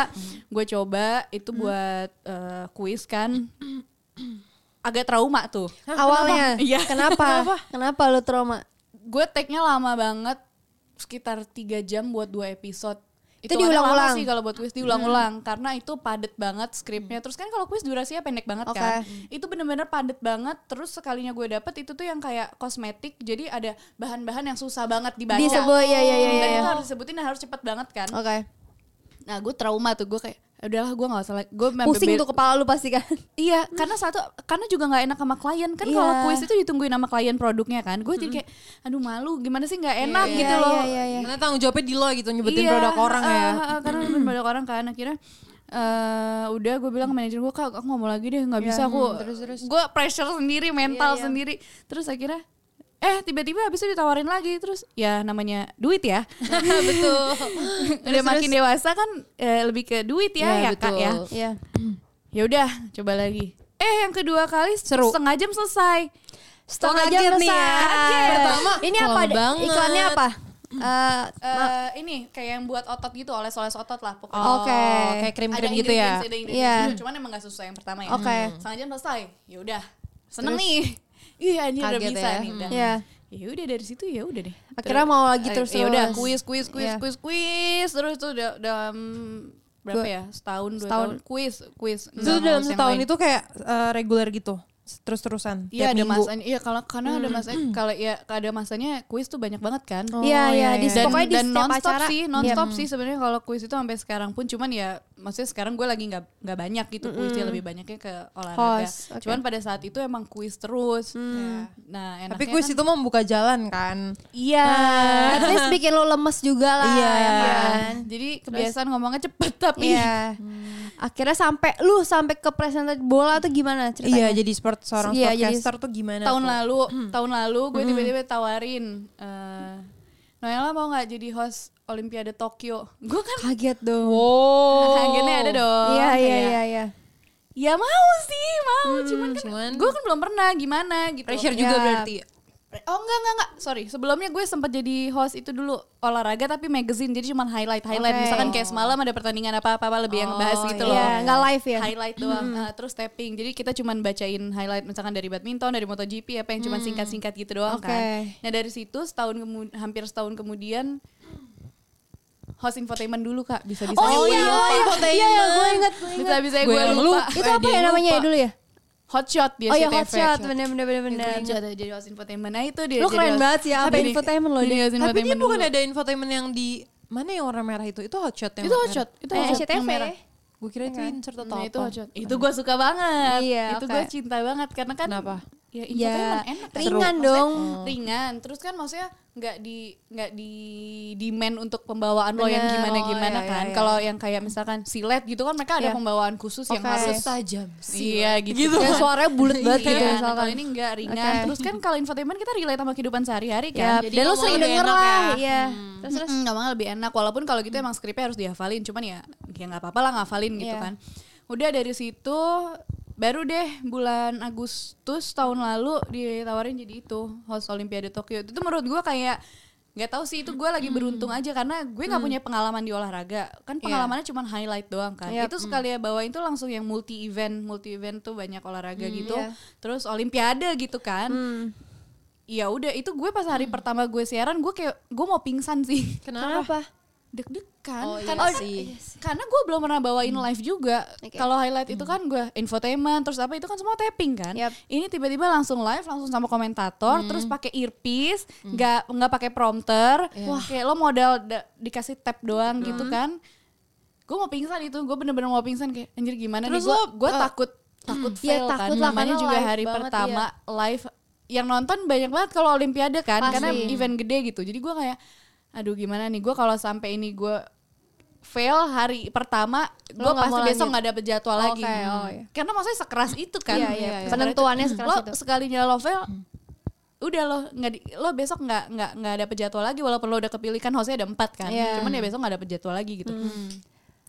gue coba itu buat eh, kuis kan agak trauma tuh
Awalnya.
Iya.
Kenapa? Kenapa lu trauma?
gue tag-nya lama banget sekitar tiga jam buat dua episode
Itu
Hitungannya lama
diulang-ulang? Hmm.
sih kalau buat kuis diulang-ulang karena itu padet banget skripnya terus kan kalau kuis durasinya pendek banget
Oke.
kan itu bener-bener padet banget terus sekalinya gue dapet itu tuh yang kayak kosmetik jadi ada bahan-bahan yang susah banget dibaca
Disebut, iya, iya, iya,
dan
iya. Oh.
itu harus disebutin dan harus cepet banget kan
Oke.
nah gue trauma tuh gue kayak "Ya udahlah gue nggak usah lagi." gue memang
Pusing
bebe-
tuh kepala lu pasti kan.
Iya, karena satu karena juga nggak enak sama klien kan kalau
Iya.
kuis itu ditungguin sama klien produknya kan. Gue jadi kayak aduh malu, gimana sih nggak enak
Iya,
gitu
iya,
loh.
iya, iya.
Karena tanggung jawabnya di lo gitu nyebutin
Iya,
produk orang ya.
eh, eh, eh, karena nyebutin produk orang kan akhirnya eh udah gue bilang ke manajer gue kak aku nggak mau lagi deh
Iya,
nggak bisa aku
mm,
gue pressure sendiri mental sendiri terus akhirnya eh tiba-tiba habis itu ditawarin lagi terus ya namanya duit ya
Betul.
udah makin dewasa kan eh, lebih ke duit ya ya,
Iya,
kak ya
betul.
Iya.
ya udah coba lagi eh yang kedua kali seru setengah jam selesai
Setengah
kaget
jam
nih ya.
selesai.
Pertama,
ini
lama
apa?
banget.
Iklannya apa? Eh,
Eh, ini kayak yang buat otot gitu oles-oles otot lah pokoknya
Oh,
Oke.
kayak
ada
krim-krim gitu ya.
ingredients, ada ingredients
Iya.
juga, cuman emang gak sesuai yang pertama ya
Oke.
Hmm. setengah jam selesai ya udah seneng nih iya anjir udah
Kaget
bisa
ya.
nih udah
Iya.
ya udah dari situ ya udah deh
Akhirnya mau lagi
Eh,
terus iya,
ya udah
terus.
kuis kuis kuis
Iya.
kuis kuis terus tuh udah dalam
Dua-
berapa ya setahun dua
setahun.
tahun kuis kuis
Itu dalam setahun itu kayak eh, reguler gitu, terus-terusan. tiap
Iya ada
minggu.
masanya, iya kalau karena
Hmm.
ada masanya kalau ya ada masanya kuis tuh banyak banget kan.
Iya, iya, di
dan,
pokoknya di
dan
setiap
nonstop
acara. iya. Hmm.
sih nonstop sih sebenarnya kalau kuis itu sampai sekarang pun cuman ya maksudnya sekarang gue lagi nggak nggak banyak gitu kuisnya lebih banyaknya ke olahraga
Host, oke. Hmm.
cuman pada saat itu emang kuis terus nah enaknya
Tapi kuis
kan-
itu membuka jalan kan.
Iya. At least bikin lo lemes juga lah.
Iya.
ya kan?
Iya, jadi kebiasaan ngomongnya cepet tapi
Iya. Akhirnya sampai lu sampai ke presenter bola tuh gimana
Iya,
ceritanya?
jadi sport seorang
Iya, jadi-
sportcaster tuh gimana?
tahun
tuh?
lalu
Hmm.
tahun lalu gue tiba-tiba tawarin eh, Noella mau nggak jadi host Olimpiade Tokyo gue kan
Kaget dong.
Wow.
Agennya ada dong.
Oh. Iya iya
Kayak,
iya iya.
Ya mau sih, mau.
Hmm,
cuman kan
cuman-
gue kan belum pernah gimana gitu.
Pressure juga
Iya.
berarti.
Oh enggak enggak enggak. Sorry, sebelumnya gue sempat jadi host itu dulu olahraga tapi magazine. Jadi cuman highlight highlight
Oke.
misalkan kayak semalam ada pertandingan apa-apa lebih yang bahas gitu loh.
Iya, nggak live ya.
Highlight doang. Nah, terus tapping. Jadi kita cuman bacain highlight misalkan dari badminton, dari MotoGP apa yang cuman singkat-singkat gitu
Hmm.
doang
Oke.
kan. Nah, dari situ setahun kemu- hampir setahun kemudian host infotainment dulu kak bisa bisa
Oh iya, oh iya, iya, iya, gue inget, gue inget.
bisa bisa
Gue
gue
yang
lupa
Itu apa ya namanya ya dulu ya?
hotshot dia
Oh
si
iya,
TV.
hotshot, bener bener bener bener.
Itu juga ada jadi host infotainment nah itu dia
Lu
jadi
keren
host-
banget sih, apa
Jadi-
infotainment lo
jadi
deh.
host
Tapi dia
infotainment
bukan
ya?
dulu.
ada infotainment yang di mana yang warna merah itu? Itu hotshot yang
itu hotshot itu
Eh,
hotshot yang
SCTV.
merah.
Gue kira itu insert atau
Nah,
apa?
itu hotshot itu gue suka banget
Iya,
itu
oke.
gue cinta banget karena kan
Kenapa?
Ya,
ya infotainment enak kan?
ringan
Maksudnya
dong.
ringan terus kan maksudnya nggak di nggak di demand untuk pembawaan lo yang
Bener.
gimana gimana
Oh, iya,
kan
iya, iya.
kalau yang kayak misalkan silet gitu kan mereka
Iya.
ada pembawaan khusus yang
Oke.
harus
Tajam.
iya gitu,
Kayak suaranya bulat banget gitu
Iya, nah,
misalkan.
kalau ini enggak ringan.
Oke.
Terus kan kalau infotainment kita relate sama kehidupan sehari-hari
Ya,
kan. Jadi
dan lu
ngomongnya
sering
lebih
denger
enak
lah,
ya.
iya. Terus
Terus terus ngomongnya lebih enak walaupun kalau gitu emang skripnya harus dihafalin, cuman ya ya nggak apa-apa lah ngafalin gitu
Iya.
kan. Udah dari situ baru deh bulan Agustus tahun lalu ditawarin jadi itu host Olimpiade Tokyo. Itu tuh menurut gua kayak nggak tahu sih itu gue lagi beruntung aja karena gue nggak punya pengalaman di olahraga kan pengalamannya cuman highlight doang kan
Yap.
itu sekali ya bawain tuh langsung yang multi event multi event tuh banyak olahraga gitu
iya. Hmm.
terus olimpiade gitu kan ya udah itu gue pas hari pertama gue siaran gue kayak gue mau pingsan sih
Kenapa? Kan
deg-degan
Oh, iya
karena
sih.
karena gue belum pernah bawain live juga
Hmm. Oke. Hmm.
kalau highlight itu kan gue infotainment terus apa itu kan semua tapping kan
Yap. Hmm.
ini tiba-tiba langsung live langsung sama komentator terus pakai earpiece nggak nggak pakai prompter
Iya.
wah kayak lo modal da- dikasih tap
Hmm.
doang gitu kan gue mau pingsan itu gue bener-bener mau pingsan kayak anjir gimana
Terus
nih gue
lo,
gue
eh,
takut takut
Iya,
fail
takut
kan
lah,
namanya
karena
juga
live
hari
banget, iya.
pertama live yang nonton banyak banget kalau olimpiade kan
Pasti.
karena event gede gitu jadi gue kayak aduh gimana nih gue kalau sampai ini gue fail hari pertama
Lo
gue
nggak
pasti
mau
besok
lanjut.
nggak dapet jadwal
Oke,
lagi
oh iya.
karena maksudnya sekeras itu kan
Iya, iya,
Sekeras itu.
penentuannya sekeras
lo
itu. Hmm.
sekalinya lo fail udah lo nggak di- lo besok nggak nggak nggak dapet jadwal lagi walaupun lo udah kepilih kan hostnya ada empat kan
Iya. Hmm.
cuman ya besok nggak dapet jadwal lagi gitu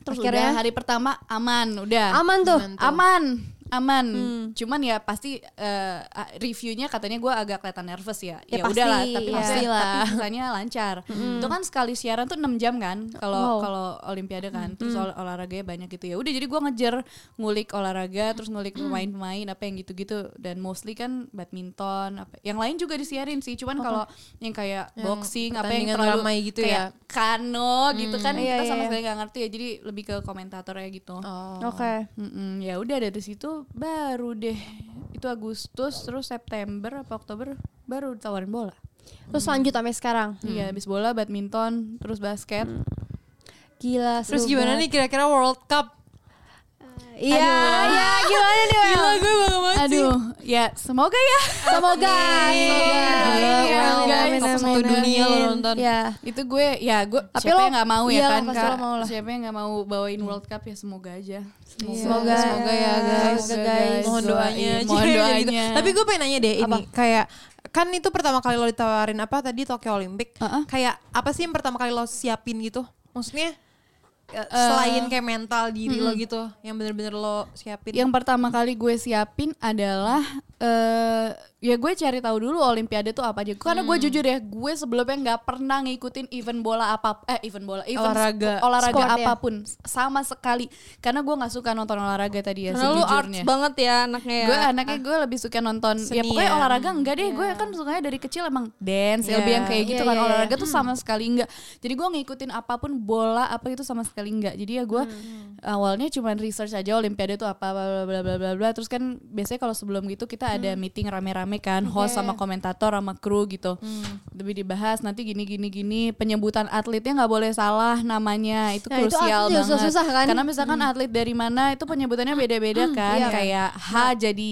terus
Akhirnya?
udah hari pertama aman udah
Aman tuh.
aman aman
Hmm.
cuman ya pasti eh, reviewnya katanya gue agak kelihatan nervous ya
Ya
ya,
pasti,
udahlah
ya.
tapi
Hmm.
maksudnya-
Pastilah.
tapi misalnya lancar itu kan sekali siaran tuh 6 jam kan kalau
Wow. Hmm.
kalau olimpiade kan terus olah- olahraganya banyak gitu ya udah jadi gue ngejar ngulik olahraga terus ngulik
Hmm.
pemain-pemain apa yang gitu-gitu dan mostly kan badminton apa yang lain juga disiarin sih cuman kalau yang kayak boxing apa
pertandingan
yang terlalu
ramai gitu ya.
kayak kano gitu kan
Iya,
kita sama
iya. Oh.
sekali nggak ngerti ya jadi lebih ke komentatornya gitu
Oke.
Mm-mm, ya udah dari situ baru deh itu Agustus terus September apa Oktober baru ditawarin bola.
Terus lanjut sampai sekarang.
Iya habis bola badminton terus basket.
Hmm. Gila,
Terus
seru
gimana
banget.
nih kira-kira World Cup?
Iya, iya, gimana nih, Wel?
Gila gue bangga banget sih.
Aduh ya semoga ya.
Semoga,
Amin.
semoga.
Gila,
Iya,
Well,
amin,
fokus
amin,
satu
amin,
dunia lo
amin.
nonton.
Iya.
itu gue ya gue
Tapi
siapa
lo-
yang nggak mau ya
iyalah,
kan
pasti
kak
lo mau lah.
siapa yang nggak mau bawain World Cup ya semoga aja
Semoga,
semoga ya guys.
Semoga, guys.
Mohon doanya.
Doain, mohon
Jadi
doanya.
gitu. Tapi gue pengen nanya deh ini kayak kan itu pertama kali lo ditawarin apa tadi Tokyo Olympic.
Uh-uh.
Kayak apa sih yang pertama kali lo siapin gitu? Maksudnya eh, selain kayak mental diri lo gitu yang bener-bener lo siapin.
yang pertama kali gue siapin adalah eh ya gue cari tahu dulu olimpiade tuh apa aja karena gue jujur ya gue sebelumnya nggak pernah ngikutin event bola apa eh event bola event
Olahraga.
sp- olahraga
Sport ya.
apapun sama sekali karena gue nggak suka nonton olahraga tadi ya
Karena lu arts
sejujurnya
banget ya anaknya
Iya,
ya.
gue anaknya
ah.
gue lebih suka nonton ya
Seni
pokoknya
ya.
olahraga enggak deh gue kan sukanya dari kecil emang dance
Iya.
lebih yang kayak gitu
Iya,
kan
iya,
olahraga tuh sama sekali enggak jadi gue ngikutin apapun bola apa itu sama sekali enggak jadi ya gue
Hmm,
awalnya cuman research aja olimpiade tuh apa bla bla bla bla bla bla terus kan biasanya kalau sebelum gitu kita ada
Hmm.
meeting rame-rame kan
Iya,
host sama komentator sama kru gitu
Hmm.
lebih dibahas nanti gini gini gini penyebutan atletnya nggak boleh salah namanya itu
Nah, itu atlet juga
krusial banget
susah-susah kan?
karena misalkan atlet dari mana itu penyebutannya beda-beda kan
iya.
kayak H jadi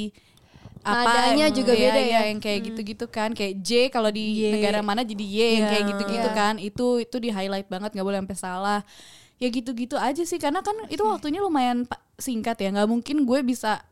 apa
Nadanya juga
iya,
beda
iya,
ya.
yang kayak gitu-gitu kan kayak J kalau di
Y.
negara mana jadi Y yang kayak gitu-gitu
Iya.
kan itu itu di highlight banget nggak boleh sampai salah ya gitu-gitu aja sih karena kan itu
Iya.
waktunya lumayan pa- singkat ya nggak mungkin gue bisa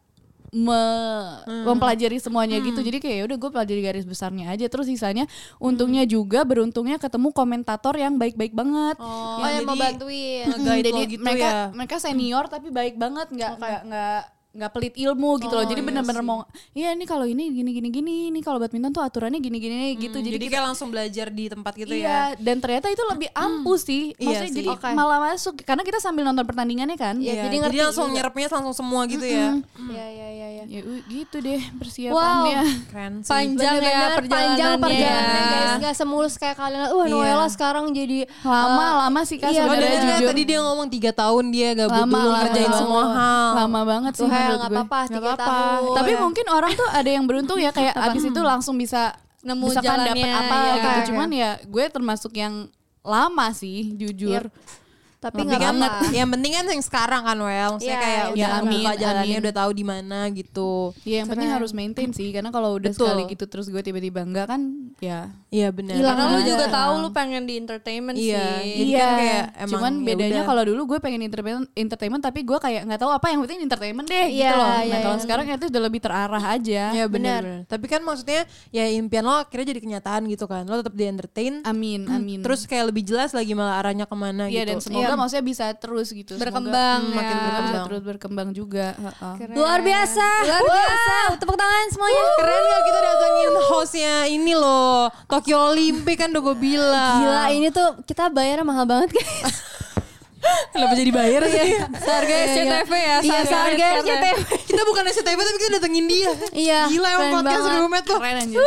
me-
Hmm.
mempelajari semuanya gitu jadi kayak udah gue pelajari garis besarnya aja terus sisanya
Hmm.
untungnya juga beruntungnya ketemu komentator yang baik-baik banget
Oh,
Oh, yang mau
jadi
bantuin.
nge-guide
Hmm, jadi
lo gitu
mereka
ya.
mereka senior tapi baik banget nggak nggak nggak nggak pelit
Oh,
ilmu gitu loh jadi bener-bener mau iya ini kalau ini gini gini gini ini kalau badminton tuh aturannya gini gini gitu
Mm, Hmm, Jadi,
jadi, kita
kayak langsung belajar di tempat gitu ya. Hmm.
iya dan ternyata itu lebih ampuh sih maksudnya
Iya sih.
jadi
Oke.
malah masuk karena kita sambil nonton pertandingannya kan
Iya,
Iya,
jadi
jadi,
ngerti
langsung
juga.
nyerapnya langsung semua gitu ya.
Iya, iya, iya, iya.
Ya u- gitu deh persiapannya.
Keren sih.
Panjang ya
Bener-bener panjang
perjalanannya.
perjalanannya guys nggak semulus kayak kalian wah
Iya.
Noella sekarang jadi
Lama
eh,
lama sih kak
iya,
Oh,
sebenarnya
bener.
dan juga
jujur.
tadi dia ngomong tiga tahun dia gabut
Lama,
dulu
lama,
ngerjain
lama.
semua hal.
Lama banget sih
Tuh, Hel,
menurut
nggak
gue.
apa-apa,
Nggak
tiga
apa-apa.
tahun.
Tapi mungkin orang tuh ada yang beruntung ya kayak abis itu langsung bisa
Nemu
bisa kan dapet
jalannya,
apa
iya,
gitu.
iya.
Cuman ya gue termasuk yang lama sih jujur.
Yep. tapi
Tapi
nggak
kan
apa-apa.
yang penting kan yang sekarang kan well, maksudnya
Iya,
kayak
yang
udah
sekarang.
buka
Amin,
jalannya
amin.
udah tahu di mana gitu.
Ya yang penting harus maintain sih karena kalau udah
Betul.
sekali gitu terus gue tiba-tiba enggak kan ya
Iya benar.
Hilang
Karena lu
Iya.
juga tahu lu pengen di entertainment
Iya.
sih.
Jadi kan kayak emang
cuman
ya
bedanya
udah.
kalau dulu gue pengen entertainment, entertainment tapi gue kayak nggak tahu apa yang penting entertainment deh
Iya,
gitu loh. Nah,
iya,
kalau
iya.
sekarang itu udah lebih terarah aja.
Ya
Benar.
benar. Tapi kan maksudnya ya impian lo akhirnya jadi kenyataan gitu kan. Lo tetap di entertain.
Amin, amin.
Terus kayak lebih jelas lagi malah arahnya kemana
Iya
gitu.
dan semoga maksudnya bisa terus gitu. Semoga-
Berkembang,
ya.
Hmm, makin berkembang. Bisa
Berkembang.
terus berkembang juga. heeh.
luar biasa luar biasa tepuk tangan semuanya gitu
Keren gak kita datengin hostnya ini loh Tokyo Olympic kan udah gue bilang
gila iya. ini tuh kita bayarnya mahal banget guys
Kenapa jadi bayar sih
Seharga SCTV ya,
iya
seharga
seharga SCTV
Kita bukan SCTV tapi kita datengin dia
Iya,
Gila emang
keren
podcast
banget.
roommate tuh
Keren anjir.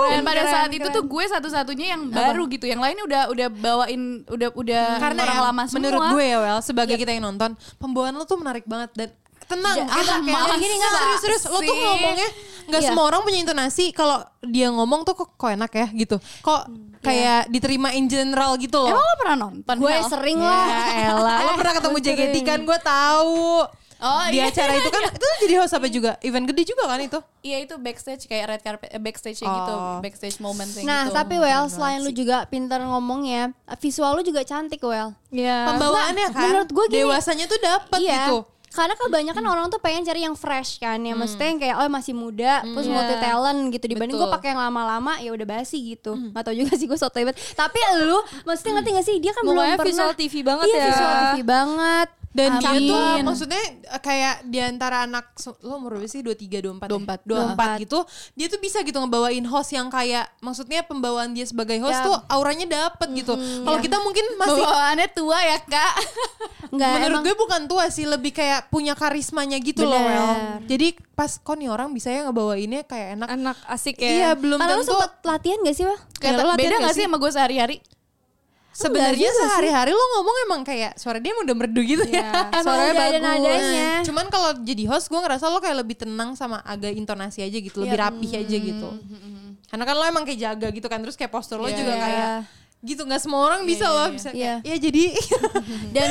dan pada
Oh, keren,
saat itu
keren.
tuh gue satu-satunya yang baru gitu. Yang lainnya udah udah bawain udah udah
Karena
orang
ya,
lama semua.
menurut gue ya Well Sebagai kita yang nonton Pembawaan lo tuh menarik banget Dan tenang kita kayak
masa
gini nggak serius-serius lo tuh
sih?
ngomongnya nggak
Iya.
semua orang punya intonasi kalau dia ngomong tuh kok, kok enak ya gitu kok kayak diterima in general gitu loh
Emang lo pernah nonton?
gue
Hel?
sering
Ya
lah
elah, lo pernah ketemu JKT kan gue tahu.
Oh,
di
iya.
acara itu kan itu jadi host apa juga? Event gede juga kan itu?
Iya itu backstage kayak red carpet eh, backstage gitu,
Oh.
backstage moment kayak
nah
gitu.
tapi well selain lu juga pintar ngomongnya visual lu juga cantik well
Iya.
Pembawaannya
Nah,
kan
menurut gua gini. Iya.
dewasanya tuh dapat gitu.
Karena kebanyakan orang tuh pengen cari yang fresh kan, yang maksudnya yang kayak oh masih muda, terus multi talent gitu dibanding gue
Betul.
pakai yang lama-lama ya udah basi gitu. Gak tau juga sih gue soto hebat. Tapi lu maksudnya ngerti gak sih dia kan belum
Pokoknya
pernah
visual TV banget
Iya,
ya.
visual TV banget.
Dan dia
Amin.
tuh maksudnya eh, kayak diantara anak se- lo umur berapa sih? 23, 24. 24
24.
ya? gitu. Dia tuh bisa gitu ngebawain host yang kayak maksudnya pembawaan dia sebagai host
Ya. Hmm,
tuh auranya dapet gitu. Kalau kita mungkin masih
Bawaannya tua ya kak
Enggak
menurut
emang
gue bukan tua sih lebih kayak punya karismanya gitu loh
Bener.
Wel. jadi pas kok nih orang bisa ya ngebawainnya kayak enak
Anak asik ya.
iya belum
Kalau lu
tentu
sempet latihan gak sih, Wah?
Kayak
Ya, lo latihan
Beda
nggak
gak sih
sih?
sama gue sehari-hari?
sebenarnya
juga sih. Iya,
sehari-hari lo ngomong emang kayak suara dia udah merdu gitu ya
Emang
Suaranya
udah ada
bagus.
nadanya.
cuman kalau jadi host gue ngerasa lo kayak lebih tenang sama agak intonasi aja gitu
Iya.
lebih rapih aja
Hmm,
gitu karena kan lo emang kayak jaga gitu kan terus kayak postur lo
Iya,
juga kayak gitu nggak semua orang bisa loh bisa kayak,
Iya.
ya jadi
Dan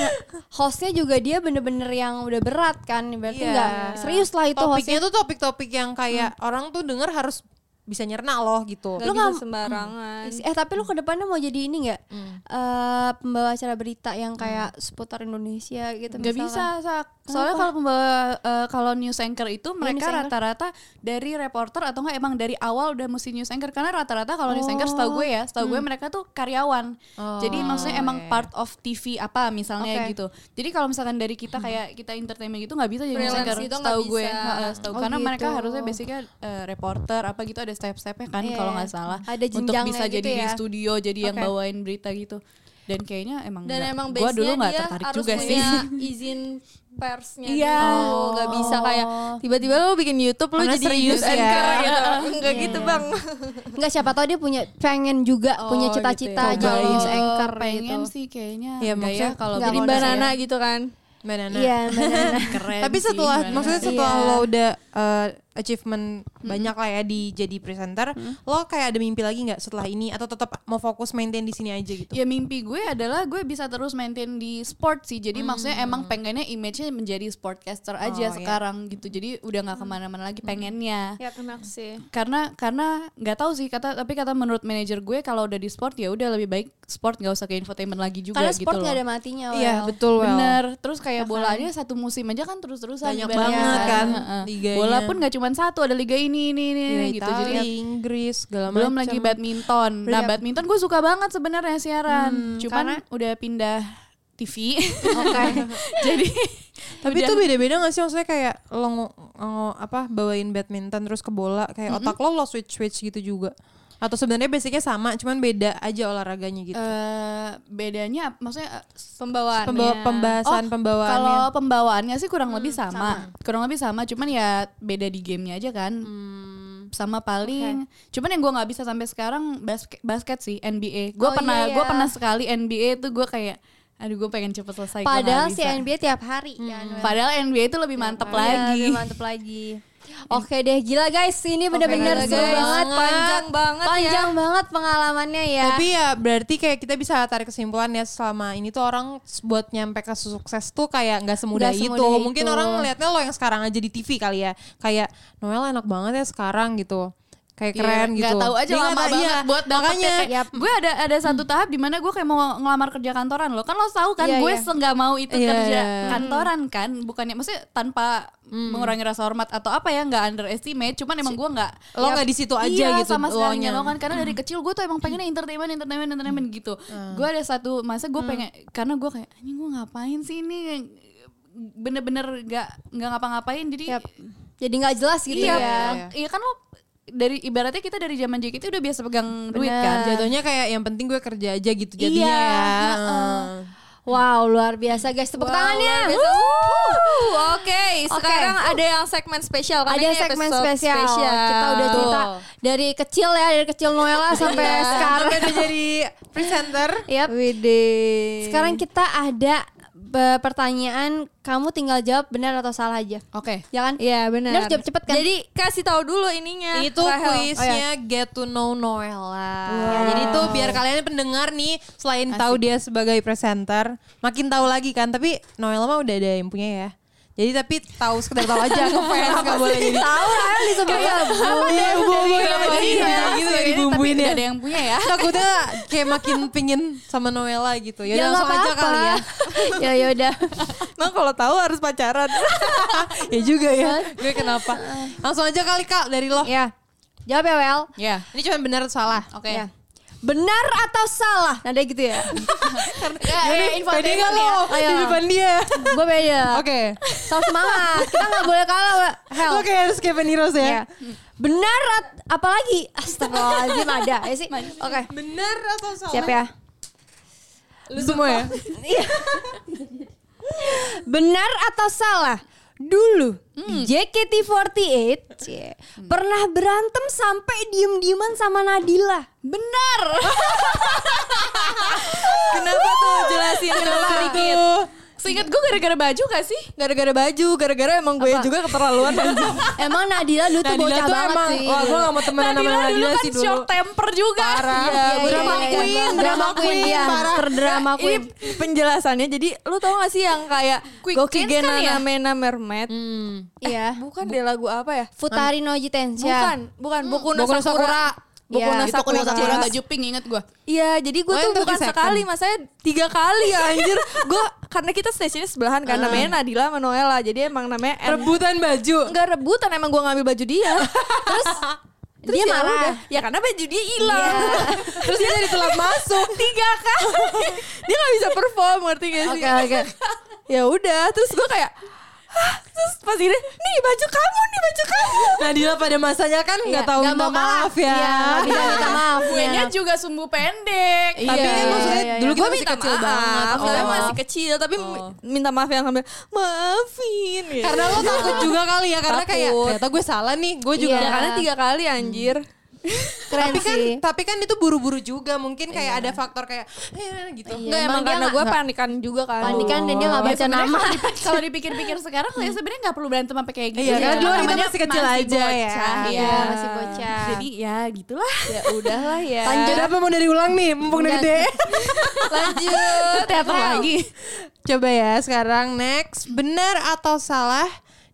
hostnya juga dia bener-bener yang udah berat kan, berarti
Iya.
nggak serius lah itu hostnya. Hmm.
topiknya tuh topik-topik yang kayak orang tuh denger harus bisa nyerna loh gitu
Gak
Lu
bisa
nggak-
sembarangan. Hmm.
Eh tapi lu ke depannya mau jadi ini nggak Eh, pembawa acara berita yang kayak seputar Indonesia gitu?
Gak bisa
misalkan? Iya,
Sak. Soalnya kalau pembawa eh, kalau news anchor itu
news
mereka
anchor.
rata-rata dari reporter atau enggak emang dari awal udah mesti news anchor karena rata-rata kalau news anchor setahu gue ya,
Oh.
setahu gue mereka tuh karyawan. Jadi maksudnya emang part of TV apa misalnya
iya. Oke.
gitu. Jadi kalau misalkan dari kita kayak kita entertainment gitu nggak bisa jadi news
Freelance
anchor
gitu nggak
setahu gue.
bisa.
Heeh, setahu
Oh,
karena mereka
gitu.
harusnya basicnya eh, reporter apa gitu ada step-stepnya kan
Iya,
kalau
iya.
nggak salah
Ada
untuk
jenjangnya
bisa jadi
gitu
di
ya.
studio jadi yang
Oke.
bawain berita gitu. Dan kayaknya emang
Dan
nggak-
emang
gue dulu
base-nya
nggak
dia
tertarik
harus
juga sih.
punya izin persnya
Iya.
gitu.
dulu. Gak bisa kayak tiba-tiba lu bikin YouTube lu
Karena
jadi
serius
news anchor
ya.
gitu. Enggak
Iya.
gitu, Bang.
Nggak siapa tahu dia punya pengen juga punya
Oh,
cita-cita
gitu
jadi
ya.
news
Kalau
anchor
pengen
gitu.
sih kayaknya
Iya,
enggak
maksudnya
kalau
nggak
Jadi
mau
banana
banana gitu kan.
Banana.
Iya, benar.
keren
Tapi
sih,
setelah
banana.
maksudnya
Iya.
setelah lo udah uh, achievement banyak lah ya di jadi presenter, lo kayak ada mimpi lagi nggak setelah ini atau tetap mau fokus maintain di sini aja gitu?
Ya mimpi gue adalah gue bisa terus maintain di sport sih. Jadi maksudnya emang pengennya image-nya menjadi sportcaster
Oh, iya.
aja sekarang gitu. Jadi udah nggak kemana-mana lagi pengennya.
Ya enak sih.
Karena karena nggak tahu sih kata tapi kata menurut manajer gue kalau udah di sport ya udah lebih baik sport nggak usah ke infotainment lagi juga
Karena
gitu
sport nggak
loh.
ada matinya.
Iya
Wel.
betul well.
Bener, terus kayak bola aja satu musim aja kan terus-terusan
Banyak
ibaratnya
banget kan
Heeh.
liganya.
Bola pun nggak cuma satu, ada liga ini ini ini
Iya,
gitu.
Itali,
Jadi
Inggris segala macam.
belum lagi badminton. Nah, badminton gue suka banget sebenarnya siaran. Cuman udah pindah TV. Jadi
Tapi itu beda-beda nggak sih maksudnya kayak lo ngo- ngo- apa bawain badminton terus ke bola kayak otak lo lo switch switch gitu juga. Atau sebenarnya basicnya sama, cuman beda aja olahraganya gitu.
Eh, bedanya ap- maksudnya eh,
Pembawaan.
Pembawa, pembahasan
Oh,
pembawaannya.
kalau pembawaannya sih kurang lebih sama. kurang lebih sama cuman ya beda di gamenya aja kan sama paling cuman yang gue nggak bisa sampai sekarang basket basket sih NBA gue
Oh,
pernah
iya,
gue
iya.
pernah sekali NBA itu gue kayak aduh gue pengen cepet selesai gua nggak
Padahal si
bisa.
NBA tiap hari ya.
Hmm.
Noel.
padahal NBA itu lebih mantep
Iya,
lagi
lebih mantep lagi. Oke deh, gila guys, ini bener-bener
gila,
seru
guys.
banget,
Panjang banget ya.
panjang banget pengalamannya ya.
Tapi ya berarti kayak kita bisa tarik kesimpulan ya selama ini tuh orang s- buat nyampe ke sukses tuh kayak nggak semudah,
Nggak semudah
itu. Mungkin
itu.
orang ngeliatnya lo yang sekarang aja di TV kali ya. Kayak Noel enak banget ya sekarang gitu. Kayak
Iya,
keren gitu.
nggak tahu aja
Dia nggak
lama
tahu,
banget
iya.
buat ya,
makanya
makanya gue ada ada satu tahap di mana gue kayak mau ngelamar kerja kantoran loh kan lo tahu kan
Iya,
gue
iya.
se nggak mau itu
Iya,
kerja
iya.
kantoran kan bukannya maksudnya tanpa mengurangi rasa hormat atau apa ya nggak underestimate cuman emang gue nggak
lo nggak di situ aja
iya,
gitu Hmm.
sama sekali
lonya.
nyelokan karena dari kecil gue tuh emang pengennya entertainment entertainment entertainment
Hmm.
gitu gue ada satu masa gue pengen karena gue kayak anjing gue ngapain sih ini bener-bener nggak nggak ngapa-ngapain jadi
Yap. Jadi nggak jelas gitu
iya,
ya.
iya kan lo dari ibaratnya kita dari zaman JKT udah biasa pegang duit kan.
Kan, jatuhnya kayak yang penting gue kerja aja gitu jadinya
Iya,
ya.
heeh.
Wow, luar biasa guys, tepuk tangannya.
Wow, luar biasa. Wuh, Oke, sekarang ada yang segmen spesial karena
Ada
ini
segmen
episode
spesial. Kita udah
Tuh.
cerita dari kecil ya, dari kecil Noella sampai
Iya.
sekarang.
Sampai dia jadi presenter.
Yap. Sekarang kita ada eh, pertanyaan, kamu tinggal jawab benar atau salah aja.
Oke.
Ya kan?
Iya
Benar,
benar.
jawab cepet kan?
Jadi kasih tahu dulu ininya.
Itu
Iya, Rahel. Oh,
kuisnya Get to Know Noella. Ya, jadi itu biar kalian pendengar nih selain tahu dia sebagai presenter, makin tahu lagi kan. Tapi Noella mah udah ada yang punya ya. Jadi tapi tahu sekedar tahu aja ngefans nggak boleh jadi
Tahu kan disebutnya.
Iya, bumbuin apa sih?
Iya,
Gitu
iya,
lagi
iya,
bumbuin ya.
tapi udah ada yang punya ya.
Takutnya kayak makin pingin sama Noella gitu. Ya, udah
Ya, nggak
langsung aja
apa-apa.
kali ya.
Ya ya udah.
Emang kalau tahu harus pacaran. ya juga ya. Gue kenapa? Langsung aja kali Kak dari lo.
Ya. Jawab ya, Wel.
Ya.
Iya. Ini cuma benar atau salah.
Oke.
Ya. Benar atau salah? Nada gitu ya. Eh,
Jadi pede gak lo
Ayo. Ah.
di depan dia?
Gue beda.
Oke.
Sama semangat. Kita nggak boleh kalah, Wel. Hel.
Lo kayak harus Kevin Heroes ya.
Ya. Benar at- apalagi? Astagfirullahaladzim ada ya sih. Oke.
Benar atau salah?
Siap ya.
Lu semua ya?
Iya. Benar atau salah? Dulu di JKT48 cie, pernah berantem sampai diem-dieman sama Nadila. Benar.
Kenapa tuh jelasin kenapa dikit?
Seingat gue gara-gara baju gak sih?
Gara-gara baju, gara-gara emang gue juga keterlaluan anjing.
Emang Nadila dulu tuh
Nadila
bocah
tuh
banget
emang,
sih.
wah gue gak mau temenan sama
Nadila dulu
Nadila
kan
sih dulu.
short temper juga.
Parah.
Iya, iya,
drama
iya, iya.
queen,
drama queen, iya,
parah.
hamster drama
Ini
queen.
penjelasannya. Jadi lu tau gak sih yang kayak
Quick
Goki
change kan ya?
Genana Mena Mermaid?
Hmm.
Iya.
Bukan deh lagu apa ya?
Futari no Jitensha.
Hmm. Bukan, bukan Buku
Boku no
Sakura.
Sakura.
Boku
Iya.
no
Itu
Aku
Sakura.
Sakura baju pink inget gue.
Iya, jadi gue
Oh,
tuh
yang 30
bukan
second.
sekali, masanya tiga kali anjir. gue karena kita stasiunnya sebelahan kan, namanya Nadila sama Noella. Jadi emang namanya N.
Rebutan baju.
Enggak rebutan, emang gue ngambil baju dia. Terus Terus
Dia Iya.
ya
marah.
udah. Iya. Ya karena baju dia
Iya.
hilang.
Terus dia jadi telat masuk.
tiga kali. dia nggak bisa perform, ngerti gak sih?
Oke, oke.
Ya udah, terus gue kayak "Hah?" terus pas gini, nih baju kamu, nih baju kamu.
Nadila pada masanya kan nggak
Iya,
tahu
nggak
minta
mau kalah.
maaf ya.
Iya, nggak bisa minta maaf.
Kuenya juga sumbu pendek.
Iya.
Tapi kan maksudnya dulu kita
Gua
masih
minta
kecil
maaf,
banget.
Saya
Oh.
masih kecil, tapi minta maaf yang sambil maafin. Gitu.
Karena lo takut juga kali ya, karena kayak
Takut.
ternyata gue salah nih, gue juga.
Iya.
ya, karena tiga kali anjir.
Keren
tapi kan
sih.
tapi kan itu buru-buru juga mungkin kayak ada faktor kayak eh, gitu
Iya.
Enggak
emang
emang
dia
karena
nggak-
gue panikan juga kan.
Panikan Iya, dan dia nggak
Ya,
baca
sebenarnya
nama.
kalau dipi- Kalau dipikir-pikir sekarang ya sebenarnya nggak perlu berantem sampai kayak gitu.
Iya, karena dulu kita
Namanya
masih kecil aja ya.
bocah,
Iya, masih bocah.
Jadi ya gitulah.
Ya udahlah ya.
Lanjut. Kenapa mau dari ulang nih, mumpung udah gede.
Lanjut.
Teater lagi.
Coba ya sekarang next, benar atau salah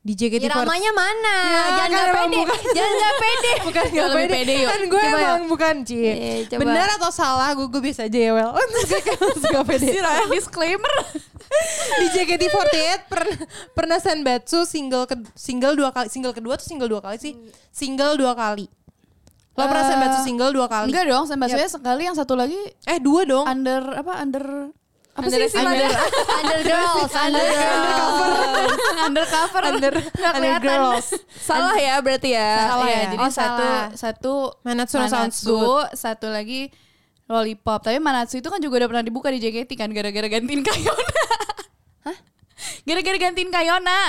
di JKT48?
Iramanya mana?
Ya,
Jangan
kan
nggak
emang
pede.
bukan.
Jangan nggak pede.
Bukan gak
lebih
pede.
pede yuk.
Kan gue
Coba
emang bukan, Ci.
Iya, coba.
Benar atau salah, gue, gue biasa aja ya, Wel. Gak pede.
Iya. Disclaimer.
di JKT48 pernah pernah Senbatsu single ke, single dua kali single kedua atau single dua kali sih single dua kali lo pernah
Hmm. Eh,
Senbatsu single dua kali
Enggak dong, saya sekali yang satu lagi
eh dua dong
Oh. under apa under
apa sih istilahnya?
Under girls, under girls.
undercover
Under, under girls. Salah ya berarti ya.
Salah
Iya,
ya?
Jadi
Jadi
Oh,
satu
salah.
satu
Manatsu no sounds
Manatsu, satu lagi lollipop. Tapi Manatsu itu kan juga udah pernah dibuka di JKT kan gara-gara gantiin Kayona. Hah? Gara-gara gantiin Kayona.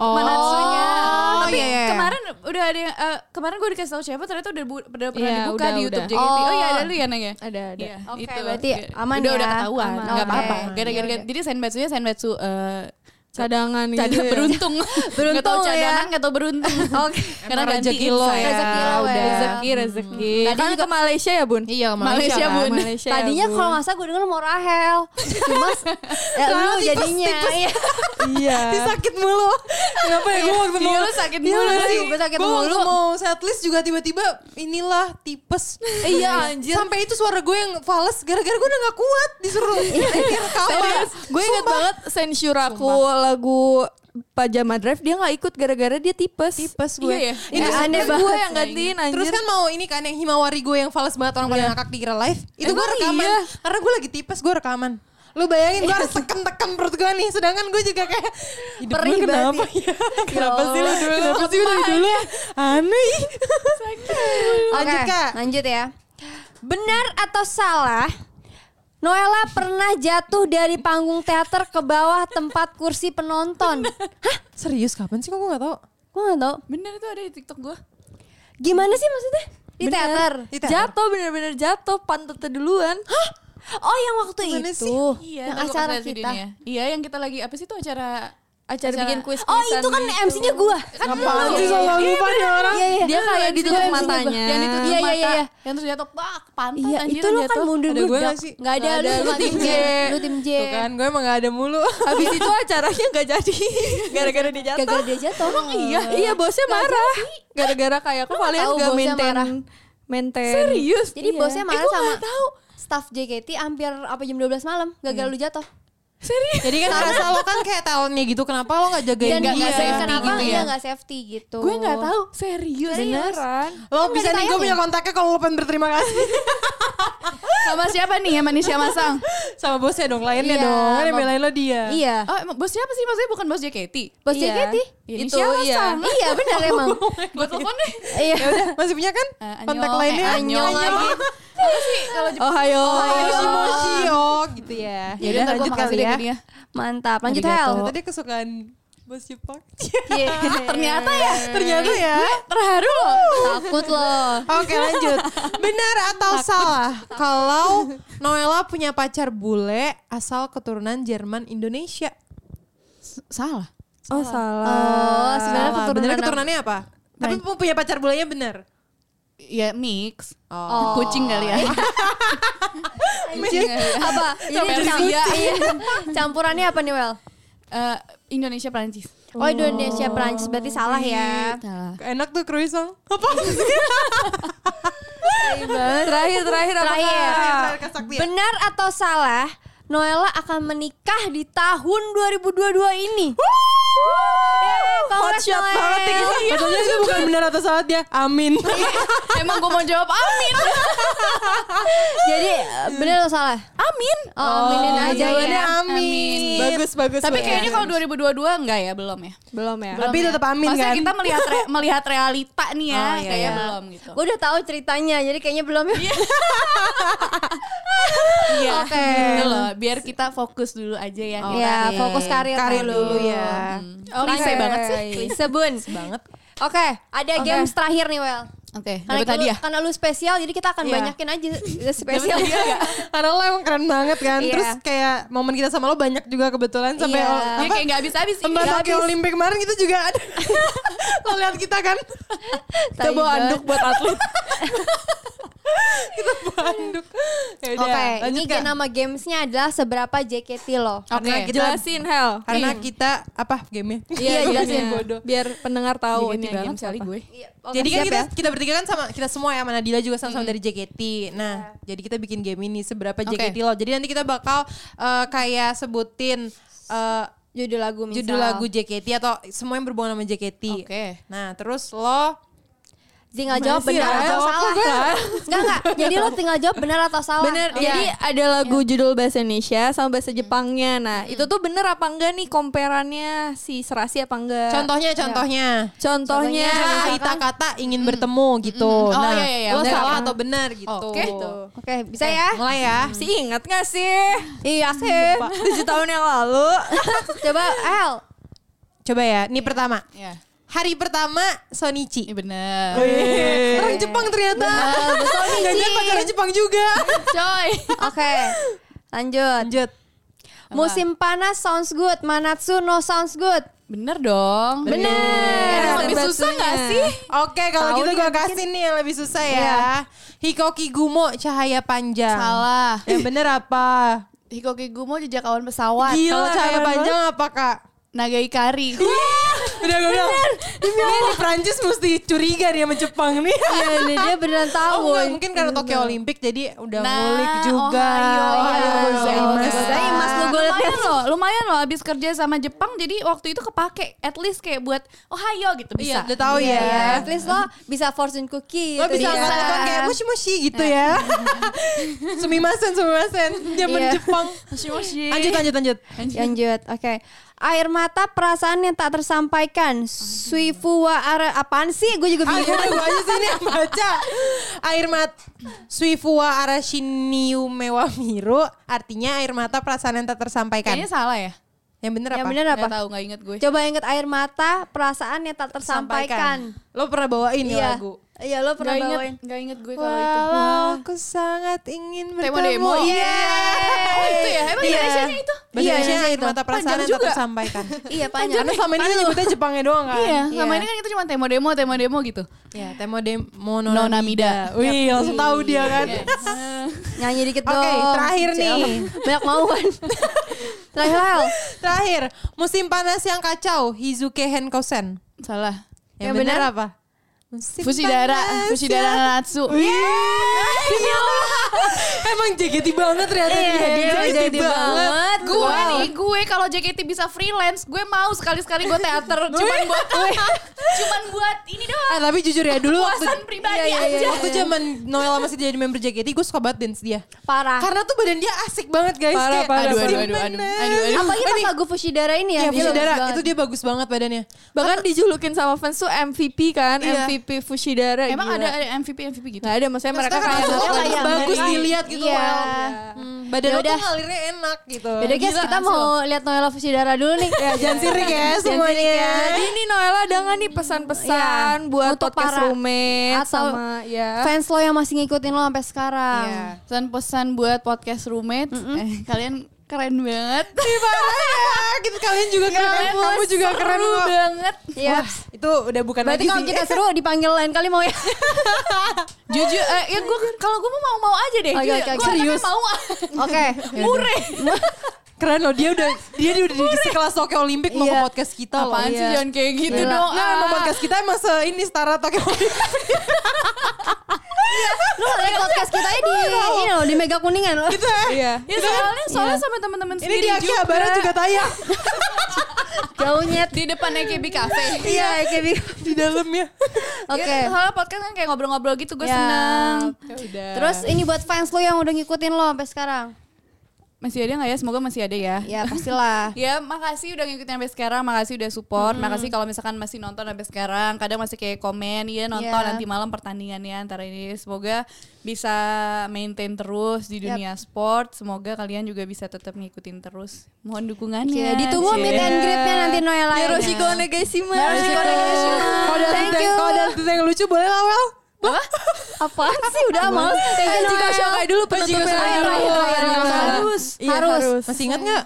Oh.
Manatsunya.
Oh,
Tapi
iya, iya.
kemarin udah ada yang, eh, kemarin gue dikasih tahu siapa ternyata udah, bu- udah pernah
Iya,
dibuka
udah,
di YouTube
udah.
JKT. Oh,
Oh.
iya ada lu ya nanya.
Ada ada.
Iya,
Oke,
itu.
berarti aman
udah,
ya?
Udah ketahuan,
Aman.
nggak apa-apa.
Oke.
Gara-gara jadi senbatsunya senbatsu eh
Cadangan gitu.
Iya.
cadang
ya.
beruntung. beruntung gak tau
ya.
cadangan, gak tau beruntung.
Oke.
Karena
Emang rezeki
gantiin
lo
saya.
ya.
Rezeki lo,
udah.
Wel.
Rezeki rezeki.
Tadi
Kan
juga-
ke Malaysia ya bun?
Iya, ke Malaysia,
Malaysia,
kan?
Bun.
Malaysia ya,
Tadinya
Bun.
kalau nggak salah gue denger mau Rahel. Cuma ya, lu jadinya. Iya.
iya.
sakit mulu. Kenapa ya gue waktu
Iya,
mau
lu sakit
Iya,
mulu
nggak
sih.
sih?
Gue sakit
Gua waktu
mulu.
mau setlist juga tiba-tiba inilah tipes.
Iya anjir.
Sampai itu suara gue yang fals gara-gara gue udah gak kuat disuruh ini rekaman.
Gue inget banget sensure aku lagu Pajama Drive dia nggak ikut gara-gara dia tipes.
Tipes gue. Eh,
Iya, ya?
Ini
Itu
Ya, aneh
aneh
banget.
gue yang gantiin anjir.
Terus kan mau ini kan yang himawari gue yang fals banget orang pada ngakak dikira live. Itu gue
Emang
rekaman.
iya?
Karena gue lagi tipes gue rekaman. Lu bayangin gue harus tekan-tekan perut gue nih. Sedangkan gue juga kayak hidup
Perih
gue kenapa ya? kenapa sih lu dulu? Kenapa sih lu dari dulu? ya? Aneh. Lanjut
Oke,
kak.
Lanjut ya. Benar atau salah? Noella pernah jatuh dari panggung teater ke bawah tempat kursi penonton. Hah?
Serius kapan sih kok gue gak tau?
Gue gak tau.
Bener itu ada di TikTok gue.
Gimana sih maksudnya? Di
Bener.
teater.
Di teater.
Jatuh bener-bener jatuh pantatnya duluan. Hah?
Oh yang waktu
Gimana
itu.
sih?
Iya,
yang
ntar gua
acara
kasih
kita.
videonya. Iya, yang kita lagi apa sih itu acara
Acara bikin kuis
Oh itu kan MC-nya gue. Kan
Apaan sih soal lupa nih orang?
Iya, iya.
Dia kayak ditutup
Iya, iya,
matanya.
iya, iya,
Tutup
iya,
mata,
iya, iya.
Yang terus jatuh pak pantat
Iya,
anjir
itu lo
yang
kan
jatuh.
mundur
Ada gue
bludak.
gak sih?
Nggak ada,
Nggak ada,
lu
lu
tim
tim
J.
J.
Lu tim J.
Tuh kan gue emang gak ada mulu.
Habis itu acaranya nggak jadi gara-gara dia jatuh.
Gagal dia jatuh. Hmm. Emang
Iya, iya bosnya marah. Gara-gara kayak kok kalian
tahu
nggak
bosnya
maintain
marah?
maintain.
Serius?
Jadi
Iya.
bosnya
Eh,
marah
gua
sama
nggak tahu.
staff JKT hampir apa jam 12 malam gagal lu jatuh.
Serius?
Jadi kan rasa lo kan kayak tahunnya gitu. Kenapa lo gak jagain
Dan
dia?
nggak
Gak
safety
safety
kenapa
gitu
iya
ya?
nggak safety gitu.
Gue nggak tahu Oh. serius.
Beneran?
Lo bisa nih
Kan nggak
gue
ditayangin.
punya kontaknya kalau lo pengen berterima kasih.
Sama siapa nih yang Manisha Masang?
sama bosnya dong lainnya
Iya,
dong kan yang
sama-
belain lo dia
Iya.
Oh, emang bos siapa sih? Maksudnya bukan bos JKT.
Bos
Iya.
JKT?
Ya,
Itu
Nisha
iya.
Hasan.
Iya benar emang.
Gue telepon deh.
Iya.
Oh ya udah masih punya kan
Eh, anyong,
kontak
eh,
lainnya
anyong lagi. Apa sih kalau Jepang?
Ohayo.
Oh, Moshi moshi oh gitu ya
Ya udah, ntar gue
lanjut
makasih
kali
deh
ya.
ke dia.
Mantap. Lanjut Hel.
ternyata dia kesukaan bos Jepang
Iya.
Ternyata ya.
ternyata ya
Terharu loh.
Takut loh.
oke lanjut benar atau salah kalau Noella punya pacar bule asal keturunan Jerman Indonesia
Salah.
Oh salah.
Oh, sebenarnya
Salah.
keturunan
Benernya keturunannya apa tapi punya pacar bulenya bener
Ya mix.
Oh.
Kucing kali ya. Iya.
apa? Ini campur, iya. campurannya apa nih Wel?
Eh, Indonesia Prancis.
Oh Indonesia Perancis berarti salah ya.
Salah.
enak tuh croissant apa
Terakhir terakhir apa
Terakhir.
Terakhir, kesaktian.
Benar atau salah, Noella akan menikah di tahun 2022 ini. Yeay,
Hot
congrats,
shot
Noel.
banget ya kita.
Iya.
Betulnya itu bukan benar atau salah dia amin
Emang gue mau jawab amin.
Jadi eh, benar atau salah?
Amin.
Oh, aminin
Oh,
aja
jawabannya
ya.
amin.
Bagus bagus.
Tapi
bagus.
kayaknya kalau 2022 enggak ya, belum ya.
belum ya.
Tapi ya. tetap amin
Maksudnya
kan.
kita melihat re- melihat realita nih ya,
Oh, iya,
kayaknya
iya.
belum gitu.
Gue udah tahu ceritanya, jadi kayaknya belum ya.
Iya.
Oke.
Gitu loh, biar kita fokus dulu aja ya. kita
Iya,
ya,
nih.
fokus karir, Hmm.
Karir dulu ya.
Oh, klise banget sih.
Sebun.
Banget.
Oke, ada games terakhir nih, Wel.
Oke,
Karena,
dapat
lu,
hadiah.
karena lu spesial, jadi kita akan
Iya.
banyakin aja spesial.
Karena lo emang keren banget kan.
Iya.
Terus kayak momen kita sama lo banyak juga kebetulan sampai
Iya.
ol- apa?
Dia kayak gitu enggak habis-habis ini.
Tembak Tokyo Olympic kemarin kita juga ada. lo lihat kita kan.
Tai
Coba
banget.
anduk buat atlet.
Banduk. Ya udah.
Oke, ini
lanjut Kak.
nama gamesnya adalah seberapa JKT lo.
Oke.
Karena kita
Jelasin Hel.
karena kita apa gamenya?
Iya, jelasin.
bodoh.
ya. Biar pendengar tahu ini
banget
game
kali
siapa.
gue.
Iya, oke.
Jadi kan
Siap
kita,
ya.
kita bertiga kan sama kita semua ya sama Nadila juga sama-sama dari JKT. Nah, jadi kita bikin game ini seberapa
Oke.
JKT lo. Jadi nanti kita bakal eh, kayak sebutin eh,
judul lagu misal.
judul lagu JKT atau semua yang berhubungan sama JKT.
Oke.
Nah, terus lo
tinggal jawab
Masih
benar
lah,
atau
jawab
salah.
apa?
Enggak enggak. Jadi lo tinggal jawab benar atau salah.
Bener,
Oke.
jadi ada lagu judul bahasa Indonesia sama bahasa Jepangnya. Nah, itu tuh bener apa enggak nih komperannya si serasi apa enggak?
Contohnya, contohnya.
Eh, Contohnya,
Ya, kita kata ingin bertemu gitu.
Mm-mm. Oh,
nah,
iya, iya, iya.
lo
Benar.
salah atau benar gitu.
Oke.
Oke, bisa ya?
Mulai ya.
si ingat gak sih?
Iya sih.
7 tahun yang lalu.
Coba L.
Coba ya, ini pertama.
Iya.
Hari pertama Sonichi.
Ini bener.
Oh, iya. Orang Jepang ternyata. Jangan pacarnya Jepang juga.
Coy.
Oke. Lanjut.
Lanjut.
Musim panas sounds good, Manatsu no sounds good.
Bener dong.
Bener.
Emang lebih susah gak sih?
Oke, kalau
Tahu
gitu
nih,
gue kasih nih yang lebih susah ya. Hikoki Gumo Cahaya Panjang.
Salah.
Yang bener apa?
Hikoki Gumo jejak awan pesawat.
Gila,
Kalau
Cahaya
keren
Panjang apa kak?
Naga Ikari.
Udah gue bilang, Ya ini di Prancis mesti curiga dia sama Jepang nih.
Iya, ini dia beneran tahu.
Oh, enggak, mungkin karena Tokyo Olympic jadi udah
Nah,
ngulik juga. Oh,
Ohio,
Ohio
iya.
gozaimasu.
Gozaimasu. lu gue liat
lumayan loh, lumayan loh abis kerja sama Jepang jadi waktu itu kepake at least kayak buat oh hayo gitu
Iya, Iya.
bisa.
udah tahu ya.
Ya, at least lo bisa fortune cookie.
Lo
itu
bisa
dia.
angkat telepon kayak mushi-mushi gitu ya. sumimasen, sumimasen. Zaman
Iya.
Jepang.
Masih-masih.
Lanjut, lanjut, lanjut.
Lanjut, oke. Air mata perasaan yang tak tersampaikan. Suifu wa ara apaan sih? Gue juga
Ah,
bingung.
udah gue aja sini yang baca. Air mata Suifua Arashiniu Mewamiru artinya air mata perasaan yang tak tersampaikan.
Kayaknya salah ya.
yang bener apa?
Yang bener apa?
Gak tahu nggak inget gue.
Coba inget air mata perasaan yang tak tersampaikan.
Lo pernah bawain ya
Iya.
lagu?
Iya, lo pernah
Gak inget,
bawain.
gak inget gue kalau itu.
Walau aku sangat ingin bertemu.
Tema demo.
Yeay.
Oh itu ya, emang
Iya.
Indonesianya itu?
Bahasa
Iya,
Indonesia
iya,
air mata perasaan yang
Panjang
tak
juga.
tersampaikan.
Iya, panjang.
Karena selama ini nyebutnya Jepangnya doang kan?
Iya, selama ini kan kita cuma tema demo, tema demo gitu.
Ya, tema demo no
No Iya.
namida.
Namida.
Wih, langsung tahu dia kan.
Nyanyi dikit
Oke,
dong.
terakhir
Cel.
nih. Iya,
Banyak mauan. terakhir Hel.
Terakhir, musim panas yang kacau, Hizuke Henkosen.
Salah.
Yang,
Yang
benar
benar?
apa? Musim
Fushidara,
panas
Fushidara
yang-
Nanatsu.
Iya. Emang JKT banget ternyata
Iya, dia JKT banget.
Gue
Wow.
nih, gue kalau JKT bisa freelance, gue mau sekali-sekali gue teater cuman buat cuman buat ini doang.
Ah, tapi jujur ya dulu waktu
Kepuasan pribadi
Iya, iya,
aja.
iya. waktu zaman Noella masih jadi member JKT, gue suka banget dance dia.
Parah.
Karena tuh badan dia asik banget guys.
Parah,
Kayak
parah,
musim
Aduh,
parah.
aduh,
panas.
aduh, aduh,
Apalagi pas lagu Fushidara ini ya.
Iya,
dia bagus
Fushidara,
banget.
itu dia bagus banget badannya.
Bahkan dijulukin sama fans tuh MVP kan,
Iya.
MVP Fushidara.
Emang
gila.
ada ada MVP MVP gitu.
Nggak ada, maksudnya mereka
Karena
kayak
tuh
kayak
bagus
mereka-
dilihat gitu.
Iya.
Noel. Hmm, badan lo tuh
Yaudah.
ngalirnya enak gitu.
Yaudah Ya guys, kita mau lihat Noella Fushidara dulu nih.
Iya.
Ya, jangan sirik ya semuanya.
Jadi ini Noella ada nggak nih pesan-pesan buat
untuk
podcast
para-
roommate
atau
sama ya?
Fans lo yang masih ngikutin lo sampai sekarang.
Iya. Pesan-pesan buat podcast roommate, eh, kalian keren banget.
Parah ya, gitu kalian juga keren, kamu juga keren
Seru
kok.
banget.
Iya.
Itu udah bukan
Berarti
lagi
kalau
sih.
kita seru dipanggil lain kali mau ya.
Jujur, eh, ya gue kalau gue mau mau-mau aja deh.
Oke,
Jujur,
oke, oke.
gue
Serius?
serius. mau.
Oke.
Mure.
Keren loh, dia udah dia udah di sekelas Tokyo Olympic mau ke
Iya.
podcast kita loh.
Apaan sih
Iya.
jangan kayak gitu
Gila.
dong.
Nah, emang
ah.
podcast kita emang se ini setara Tokyo Olympic.
Lu lihat podcast kita di ini loh di Mega Kuningan loh.
gitu ya.
Iya.
Ya soalnya soalnya sama teman-teman
Ini
sendiri
di Aki Habara juga tayang
Jauhnya.
di depan EKB Cafe.
Iya, kayak
di
gitu.
dalamnya.
Oke.
Ya, soalnya podcast kan kayak ngobrol-ngobrol gitu gue
Ya.
seneng.
Terus ini buat fans lo yang udah ngikutin lo sampai sekarang.
Masih ada nggak ya? Semoga masih ada ya.
Ya pastilah.
Ya makasih udah ngikutin sampai sekarang, makasih udah support, makasih kalau misalkan masih nonton sampai sekarang, kadang masih kayak komen, iya nonton
Iya.
nanti malam pertandingannya antara ini, semoga bisa maintain terus di dunia sport, semoga kalian juga bisa tetap ngikutin terus, mohon
Ya,
dukungannya.
ditunggu
iya.
meet and greet-nya nanti Noella. ya.
Yoroshiku onegaishimasu.
Yoroshiku onegaishimasu.
Kalau ada
Thank
tentang
you.
kalau ada tentang yang lucu boleh lah Wel. Eh,
Apaan Eh, sih udah males. Thank you,
Jika
Noel.
shokai dulu penutupnya.
Shokai
Iya,
dulu.
iya, iya.
Harus.
Iya,
Harus.
Masih ingat nggak?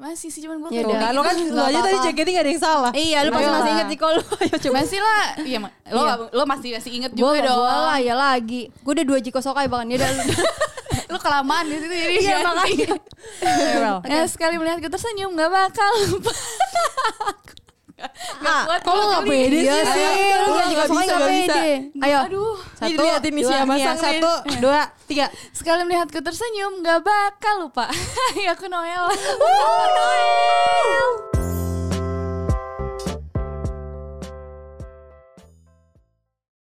Masih sih cuman gue
Ya
kayak
udah.
Kan lo kan
Nggak
lo aja tadi
apa-apa.
JKT gak ada yang salah.
Iya, lu pasti
Ayolah.
masih inget Jiko lu. Ayo coba.
masih lah, iya Ma. lo lo masih masih inget juga
Gue
dong,
lah ya lagi. Gue udah dua Jiko Sokai bahkan. Ya udah.
lo kelamaan di situ jadi
Iya
ganti.
makanya.
Iya, Wel.
Ya, sekali melihat gue tersenyum gak bakal lupa. Gak
Ah,
kuat
Kok lo
dua
gak
kali.
pede
Iya
sih?
sih.
Ayo, lo
Lu dua
nggak
Jiko Sokai
bisa,
gak
nggak bisa.
pede. Ayo.
Aduh.
Ini
Satu,
diliatin nih
dua,
siapa
iya,
sang
satu,
satu, dua, tiga.
Sekali melihat Iya, gue tersenyum gak bakal lupa. ya aku Noel.
Wuh, Noel.